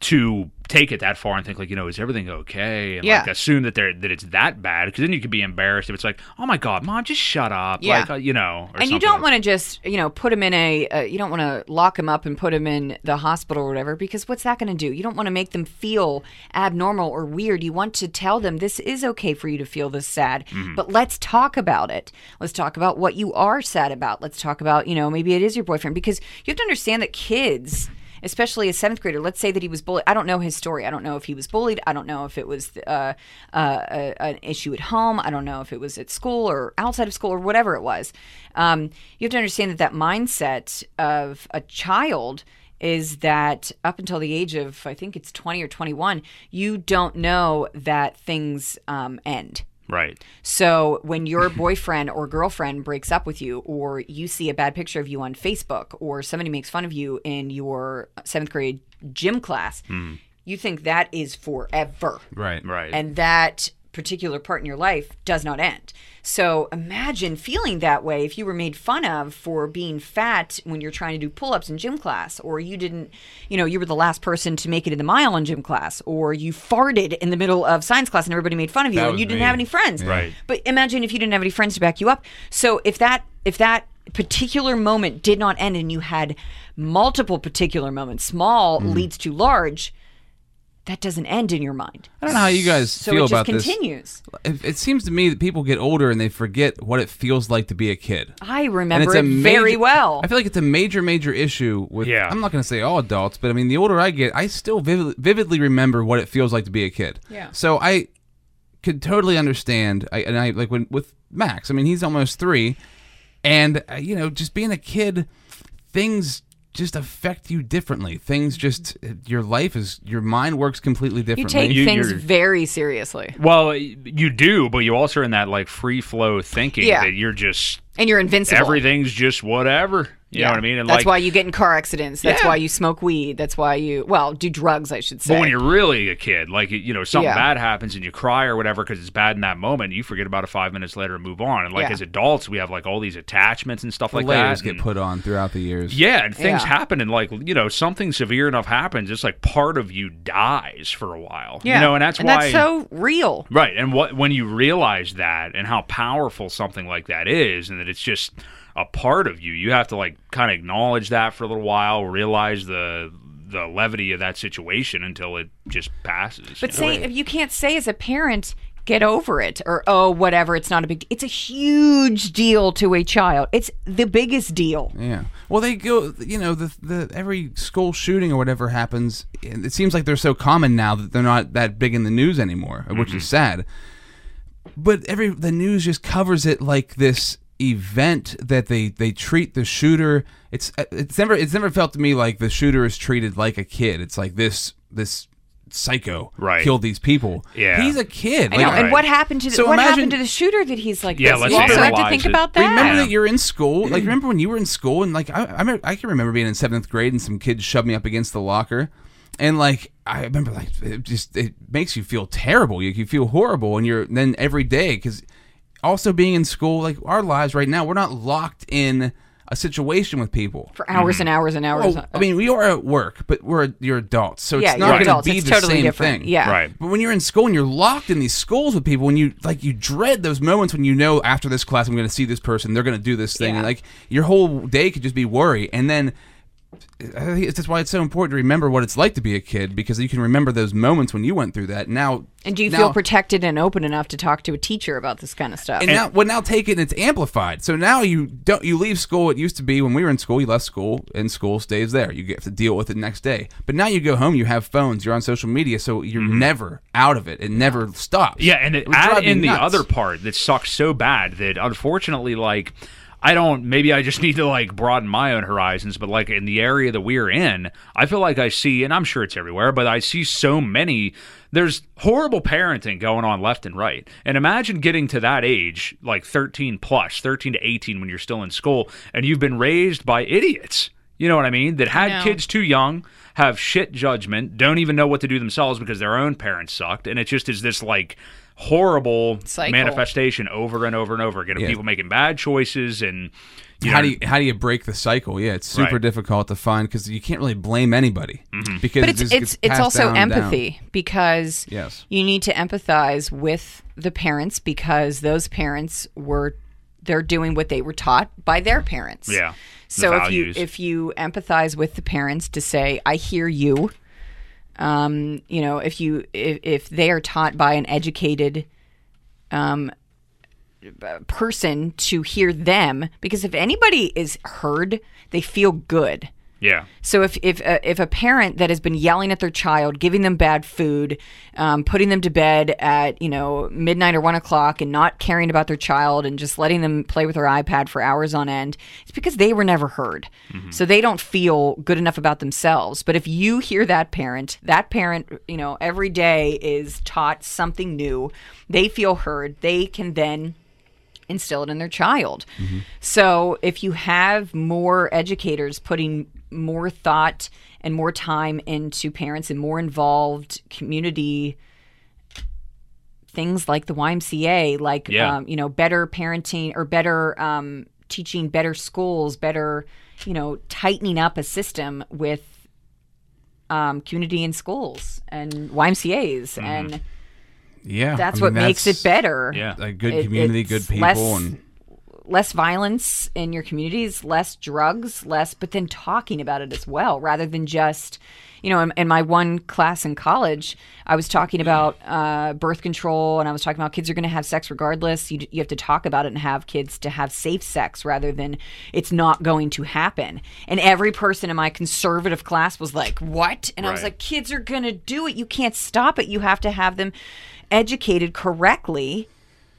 Speaker 5: to take it that far and think like, you know, is everything okay? And
Speaker 4: Yeah.
Speaker 5: like assume that they're that it's that bad because then you could be embarrassed if it's like, oh my god, mom, just shut up.
Speaker 4: Yeah.
Speaker 5: Like, uh, you know, or
Speaker 4: and you
Speaker 5: something.
Speaker 4: don't want to just, you know, put him in a, uh, you don't want to lock him up and put him in the hospital or whatever, because what's that going to do? You don't want to make them feel abnormal or weird. You want to tell them this is okay for you to feel this sad,
Speaker 5: Mm-hmm.
Speaker 4: but let's talk about it. Let's talk about what you are sad about. Let's talk about, you know, maybe it is your boyfriend, because you have to understand that kids, especially a seventh grader. Let's say that he was bullied. I don't know his story. I don't know if he was bullied. I don't know if it was uh, uh, a, an issue at home. I don't know if it was at school or outside of school or whatever it was. Um, you have to understand that that mindset of a child is that up until the age of I think it's 20 or 21, you don't know that things um, end.
Speaker 5: Right.
Speaker 4: So when your boyfriend or girlfriend breaks up with you, or you see a bad picture of you on Facebook, or somebody makes fun of you in your seventh grade gym class, you think that is forever.
Speaker 2: right,
Speaker 5: Right.
Speaker 4: And that particular part in your life does not end. So imagine feeling that way if you were made fun of for being fat when you're trying to do pull ups in gym class, or you didn't, you know, you were the last person to make it in the mile in gym class, or you farted in the middle of science class and everybody made fun of you
Speaker 2: That
Speaker 4: and
Speaker 2: was
Speaker 4: you didn't
Speaker 2: me.
Speaker 4: have any friends.
Speaker 5: Right.
Speaker 4: But imagine if you didn't have any friends to back you up. So if that if that particular moment did not
Speaker 2: Mm-hmm.
Speaker 4: end and you had multiple particular moments, small leads to large, that doesn't end in your mind.
Speaker 2: I don't know how you guys
Speaker 4: So
Speaker 2: feel
Speaker 4: it just
Speaker 2: about
Speaker 4: continues.
Speaker 2: this. It, it seems to me that people get older and they forget what it feels like to be a kid.
Speaker 4: I
Speaker 2: and
Speaker 4: remember
Speaker 2: it's
Speaker 4: it
Speaker 2: a major,
Speaker 4: very well.
Speaker 2: I feel like it's a major, major issue with.
Speaker 5: Yeah.
Speaker 2: I'm not going to say all adults, but I mean, the older I get, I still vivid, vividly remember what it feels like to be a kid.
Speaker 4: Yeah.
Speaker 2: So I could totally understand. I, and I like when with Max. I mean, he's almost three, and uh, you know, just being a kid, things just affect you differently. Things just your life is your mind works completely
Speaker 4: you
Speaker 2: differently.
Speaker 4: take
Speaker 5: You-
Speaker 4: things
Speaker 5: you're-
Speaker 4: very seriously,
Speaker 5: Well, you do, but you also are in that like free flow thinking
Speaker 4: Yeah.
Speaker 5: that you're just
Speaker 4: and you're invincible.
Speaker 5: everything's just whatever. You know what I mean? And like,
Speaker 4: that's why you get in car accidents. That's
Speaker 5: Yeah.
Speaker 4: why you smoke weed. That's why you well do drugs. I should say.
Speaker 5: But when you're really a kid, like you know, something
Speaker 4: Yeah.
Speaker 5: bad happens and you cry or whatever because it's bad in that moment, you forget about it five minutes later and move on. And like
Speaker 4: Yeah.
Speaker 5: as adults, we have like all these attachments and stuff
Speaker 2: The
Speaker 5: like
Speaker 2: layers
Speaker 5: that.
Speaker 2: get
Speaker 5: and-
Speaker 2: put on throughout the years.
Speaker 5: yeah, and things
Speaker 4: Yeah.
Speaker 5: happen, and like you know, something severe enough happens. It's like part of you dies for a while.
Speaker 4: yeah.
Speaker 5: you know, and that's why
Speaker 4: that's so real.
Speaker 5: Right, and what when you realize that and how powerful something like that is, and that it's just a part of you, you have to like kind of acknowledge that for a little while, realize the the levity of that situation until it just passes.
Speaker 4: But
Speaker 5: you know?
Speaker 4: say you can't say as a parent, get over it or oh whatever. It's not a big. It's a huge deal to a child. It's the biggest deal.
Speaker 2: Yeah. Well, they go. You know, the the every school shooting or whatever happens. and It seems like they're so common now that they're not that big in the news anymore, which is
Speaker 5: Mm-hmm.
Speaker 2: sad. But every the news just covers it like this event that they they treat the shooter. It's it's never it's never felt to me like the shooter is treated like a kid. It's like this this psycho
Speaker 5: Right.
Speaker 2: killed these people.
Speaker 5: Yeah.
Speaker 2: he's a kid.
Speaker 4: I know.
Speaker 5: Right.
Speaker 4: And what happened to the,
Speaker 2: So
Speaker 4: what
Speaker 2: imagine-
Speaker 4: happened to the shooter that he's like?
Speaker 5: Yeah,
Speaker 4: this?
Speaker 5: let's
Speaker 4: you also have to
Speaker 5: analyze
Speaker 4: think
Speaker 5: it.
Speaker 4: about that.
Speaker 2: Remember
Speaker 5: Yeah.
Speaker 2: that you're in school. Like, remember when you were in school and like I, I, remember, I can remember being in seventh grade and some kid shoved me up against the locker, and like I remember like it just it makes you feel terrible. You, you feel horrible, and you're then every day because also being in school, like our lives right now, we're not locked in a situation with people.
Speaker 4: for hours and hours and
Speaker 5: Oh,
Speaker 4: hours.
Speaker 2: Well, Oh, I mean, we are at work, but we're you're adults, so
Speaker 4: Yeah,
Speaker 2: it's
Speaker 4: you're
Speaker 2: not going
Speaker 4: adults.
Speaker 2: to be
Speaker 4: It's
Speaker 2: the
Speaker 4: totally
Speaker 2: same
Speaker 4: different.
Speaker 2: thing.
Speaker 4: Yeah.
Speaker 5: right.
Speaker 2: But when you're in school and you're locked in these schools with people, when you like you dread those moments when you know after this class I'm going to see this person, they're going to do this thing, and like your whole day could just be worry. And then I think it's- that's why it's so important to remember what it's like to be a kid because you can remember those moments when you went through that. Now,
Speaker 4: and do you
Speaker 2: now-
Speaker 4: feel protected and open enough to talk to a teacher about this kind of
Speaker 5: Uh,
Speaker 4: stuff?
Speaker 2: and now, well, now take it and it's amplified. So now you don't you leave school. It used to be when we were in school, you left school and school stays there. You get to deal with it next day. But now you go home, you have phones, you're on social media, so you're never out of it. It never stops.
Speaker 5: Mm-hmm. Yeah, and it,
Speaker 2: would
Speaker 5: add
Speaker 2: drive me
Speaker 5: in the
Speaker 2: nuts.
Speaker 5: other part that sucks so bad that unfortunately, like, I don't. Maybe I just need to like broaden my own horizons, but like in the area that we're in, I feel like I see, and I'm sure it's everywhere, but I see so many. There's horrible parenting going on left and right. And imagine getting to that age, like 13 plus, 13 to 18, when you're still in school, and you've been raised by idiots. You know what I mean? That had kids too young, have shit judgment, don't even know what to do themselves because their own parents sucked, and it just is this like horrible
Speaker 4: Cycle.
Speaker 5: manifestation over and over and over again of
Speaker 2: Yeah.
Speaker 5: people making bad choices and you
Speaker 2: how
Speaker 5: know,
Speaker 2: do you how do you break the cycle? Yeah, it's super
Speaker 5: Right. Mm-hmm.
Speaker 2: difficult to find because you can't really blame anybody because it
Speaker 4: but it's
Speaker 2: just
Speaker 4: it's
Speaker 2: gets
Speaker 4: it's
Speaker 2: passed
Speaker 4: also
Speaker 2: down and down.
Speaker 4: empathy because
Speaker 2: Yes.
Speaker 4: you need to empathize with the parents because those parents were they're doing what they were taught by their parents.
Speaker 5: yeah. the
Speaker 4: So if you
Speaker 5: values.
Speaker 4: if you empathize with the parents to say, I hear you, um, you know, if you if, if they are taught by an educated um, person to hear them, because if anybody is heard, they feel good.
Speaker 5: yeah.
Speaker 4: So if if a, if a parent that has been yelling at their child, giving them bad food, um, putting them to bed at you know midnight or one o'clock, and not caring about their child and just letting them play with their iPad for hours on end, it's because they were never heard. So they don't feel good enough about themselves. But if you hear that parent, that parent you know every day is taught something new. They feel heard. They can then instill it in their child.
Speaker 2: Mm-hmm.
Speaker 4: So if you have more educators putting more thought and more time into parents and more involved community things like the YMCA, like
Speaker 5: Yeah.
Speaker 4: um, you know, better parenting or better um, teaching, better schools, better you know, tightening up a system with um, community and schools and YMCA's, and
Speaker 2: Yeah,
Speaker 4: that's
Speaker 2: Mm-hmm. I mean,
Speaker 4: what makes it
Speaker 2: that's
Speaker 4: better.
Speaker 5: Yeah.
Speaker 2: A good
Speaker 4: It-
Speaker 2: community,
Speaker 4: it's
Speaker 2: good people,
Speaker 4: less-
Speaker 2: and
Speaker 4: less violence in your communities, less drugs, less, but then talking about it as well, rather than just, you know, in, in my one class in college, I was talking about uh, birth control and I was talking about kids are going to have sex regardless. You, you have to talk about it and have kids to have safe sex rather than it's not going to happen. And every person in my conservative class was like, what? And I was
Speaker 5: Right.
Speaker 4: like, kids are going to do it. You can't stop it. You have to have them educated correctly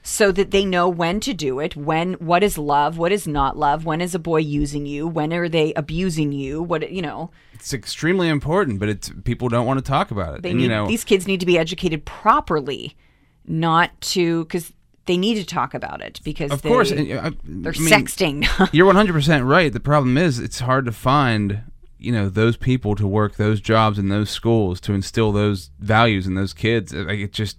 Speaker 4: so that they know when to do it, when what is love, what is not love, when is a boy using you, when are they abusing you, what you know.
Speaker 2: It's extremely important, but it's people don't want to talk about it.
Speaker 4: They
Speaker 2: and
Speaker 4: need
Speaker 2: you know,
Speaker 4: these kids need to be educated properly, not to cuz they need to talk about it because
Speaker 2: of
Speaker 4: they,
Speaker 2: course, and, uh, I,
Speaker 4: they're
Speaker 2: I mean,
Speaker 4: sexting.
Speaker 2: You're 100% right. The problem is it's hard to find, you know, those people to work those jobs in those schools to instill those values in those kids. Uh, Like it just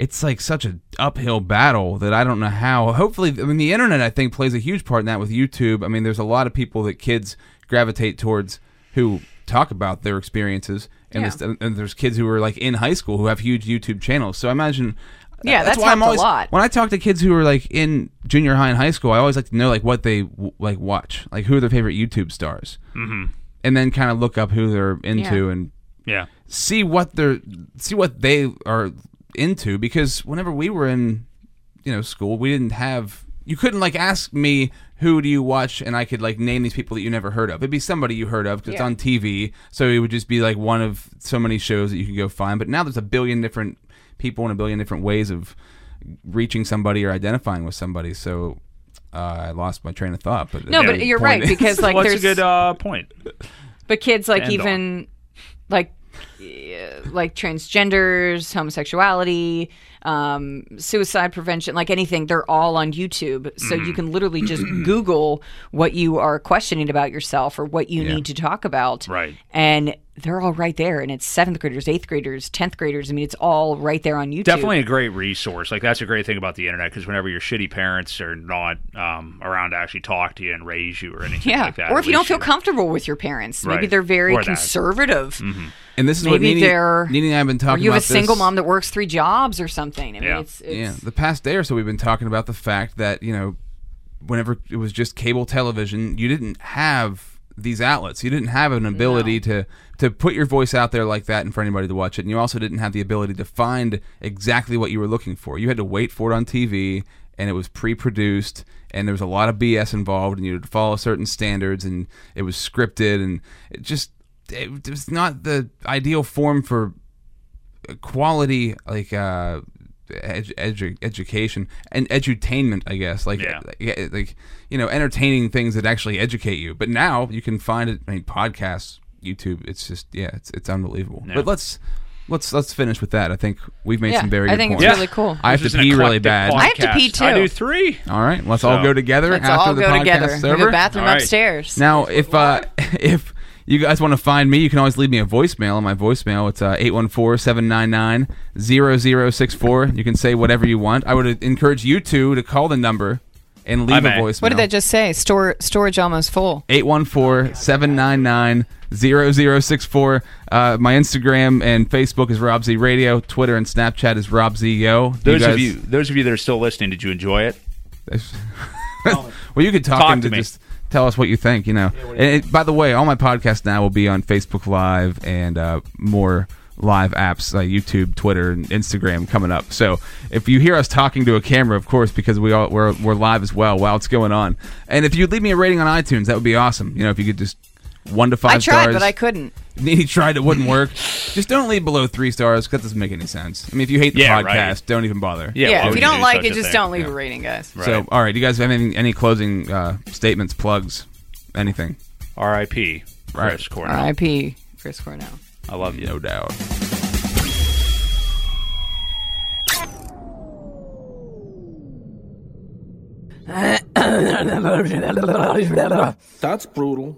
Speaker 2: it's like such an uphill battle that I don't know how. Hopefully, I mean, the internet I think plays a huge part in that with YouTube. I mean, there's a lot of people that kids gravitate towards who talk about their experiences, and,
Speaker 4: Yeah.
Speaker 2: this, and and there's kids who are like in high school who have huge YouTube channels. So I imagine,
Speaker 4: Yeah, that's
Speaker 2: why I'm
Speaker 4: helped
Speaker 2: always
Speaker 4: a lot.
Speaker 2: when I talk to kids who are like in junior high and high school, I always like to know like what they w- like watch, like who are their favorite YouTube stars, mm-hmm. and then kind of look up who they're into
Speaker 4: Yeah.
Speaker 2: and
Speaker 5: Yeah.
Speaker 2: see what they're see what they are into because whenever we were in you know school we didn't have you couldn't like ask me who do you watch and i could like name these people that you never heard of it'd be somebody you heard of because it's on tv so it would just be like one of so many shows that you could go find but now there's a billion different people and a billion different ways of reaching somebody or identifying with somebody so uh, i lost my train of thought but
Speaker 4: no,
Speaker 2: the
Speaker 4: but you're
Speaker 2: point
Speaker 4: right
Speaker 2: is-
Speaker 4: because like
Speaker 5: well, that's
Speaker 4: there's
Speaker 5: a good uh, point.
Speaker 4: But kids, like
Speaker 5: end
Speaker 4: even like eh, like transgenders, homosexuality, um, suicide prevention, like anything, they're all on YouTube. So
Speaker 5: Mm-hmm.
Speaker 4: you can literally just Google what you are questioning about yourself or what you need to talk about,
Speaker 5: Right.
Speaker 4: And they're all right there, and it's seventh graders, eighth graders, tenth graders. I mean, it's all right there on YouTube.
Speaker 5: Definitely a great resource. Like that's a great thing about the internet because whenever your shitty parents are not um, around to actually talk to you and raise you or anything
Speaker 4: Yeah.
Speaker 5: like that,
Speaker 4: or
Speaker 5: at
Speaker 4: if you don't
Speaker 5: least
Speaker 4: feel
Speaker 5: you're-
Speaker 4: comfortable with your parents, maybe
Speaker 5: Right.
Speaker 4: they're very
Speaker 5: Or that. Mm-hmm.
Speaker 4: conservative.
Speaker 2: and this is what
Speaker 4: Maybe
Speaker 2: Nini,
Speaker 4: they're-
Speaker 2: Nini and i have been
Speaker 4: Or
Speaker 2: talking
Speaker 4: you have
Speaker 2: about
Speaker 4: a single
Speaker 2: this-
Speaker 4: mom that works three jobs or something. I mean,
Speaker 5: Yeah.
Speaker 4: it's, it's
Speaker 2: yeah, the past day or so, we've been talking about the fact that you know, whenever it was just cable television, you didn't have these outlets. You didn't have an ability to to put your voice out there like that and for anybody to watch it. And you also didn't have the ability to find exactly what you were looking for. You had to wait for it on TV, and it was pre-produced, and there was a lot of BS involved, and you had to follow certain standards, and it was scripted, and it just it was not the ideal form for quality like uh edu- edu- education and edutainment i guess like
Speaker 5: Yeah.
Speaker 2: like, like, you know entertaining things that actually educate you but now you can find it i mean podcasts youtube it's just yeah it's it's unbelievable but let's let's let's finish with that i think we've made
Speaker 4: Yeah,
Speaker 2: some very
Speaker 4: I
Speaker 2: good
Speaker 4: think it's
Speaker 2: points
Speaker 4: really cool.
Speaker 2: i have
Speaker 5: This
Speaker 2: to
Speaker 5: is an
Speaker 2: pee really
Speaker 5: eclectic
Speaker 2: bad
Speaker 4: I have to
Speaker 5: podcast.
Speaker 4: pee, too.
Speaker 5: I do three.
Speaker 2: all right let's all go together
Speaker 4: Let's
Speaker 2: after
Speaker 4: all
Speaker 2: the
Speaker 4: go
Speaker 2: podcast
Speaker 4: together.
Speaker 2: is
Speaker 4: We have
Speaker 2: over
Speaker 4: a bathroom
Speaker 5: All right.
Speaker 4: upstairs.
Speaker 2: now, if uh, if you guys want to find me, you can always leave me a voicemail on my voicemail. It's uh, 814 799 0064. You can say whatever you want. I would encourage you two to call the number and leave
Speaker 5: I'm
Speaker 2: a
Speaker 5: at-
Speaker 2: voicemail.
Speaker 6: What did that just say? Store storage almost full.
Speaker 2: 814 799 0064. Uh, My Instagram and Facebook is Rob Z Radio. Twitter and Snapchat is Rob Z Yo.
Speaker 5: Those of you, those of you that are still listening, did you enjoy it?
Speaker 2: Well, you could talk,
Speaker 5: Talk
Speaker 2: and
Speaker 5: to
Speaker 2: to
Speaker 5: me.
Speaker 2: just tell us what you think. You know, and it, by the way, all my podcasts now will be on Facebook Live and uh, more live apps like YouTube, Twitter, and Instagram coming up. So if you hear us talking to a camera, of course, because we all we're, we're live as well while it's going on. And if you leave me a rating on iTunes, that would be awesome. You know, if you could just one to five
Speaker 6: I tried,
Speaker 2: stars.
Speaker 6: but I couldn't.
Speaker 2: He tried, it wouldn't work. just don't leave below three stars. 'cause that doesn't make any sense. I mean, if you hate the
Speaker 5: Yeah,
Speaker 2: podcast,
Speaker 5: right.
Speaker 2: don't even bother.
Speaker 5: Yeah, why
Speaker 6: Yeah, if
Speaker 5: would
Speaker 6: you don't
Speaker 5: do
Speaker 6: like
Speaker 5: such
Speaker 6: it,
Speaker 5: a
Speaker 6: just
Speaker 5: thing?
Speaker 6: don't leave a rating, guys.
Speaker 2: So, all right, do you guys have any, any closing uh, statements, plugs, anything?
Speaker 5: R.I.P.
Speaker 2: Right.
Speaker 5: Chris Cornell.
Speaker 6: R.I.P. Chris Cornell.
Speaker 5: I love you.
Speaker 2: No doubt.
Speaker 9: That's brutal.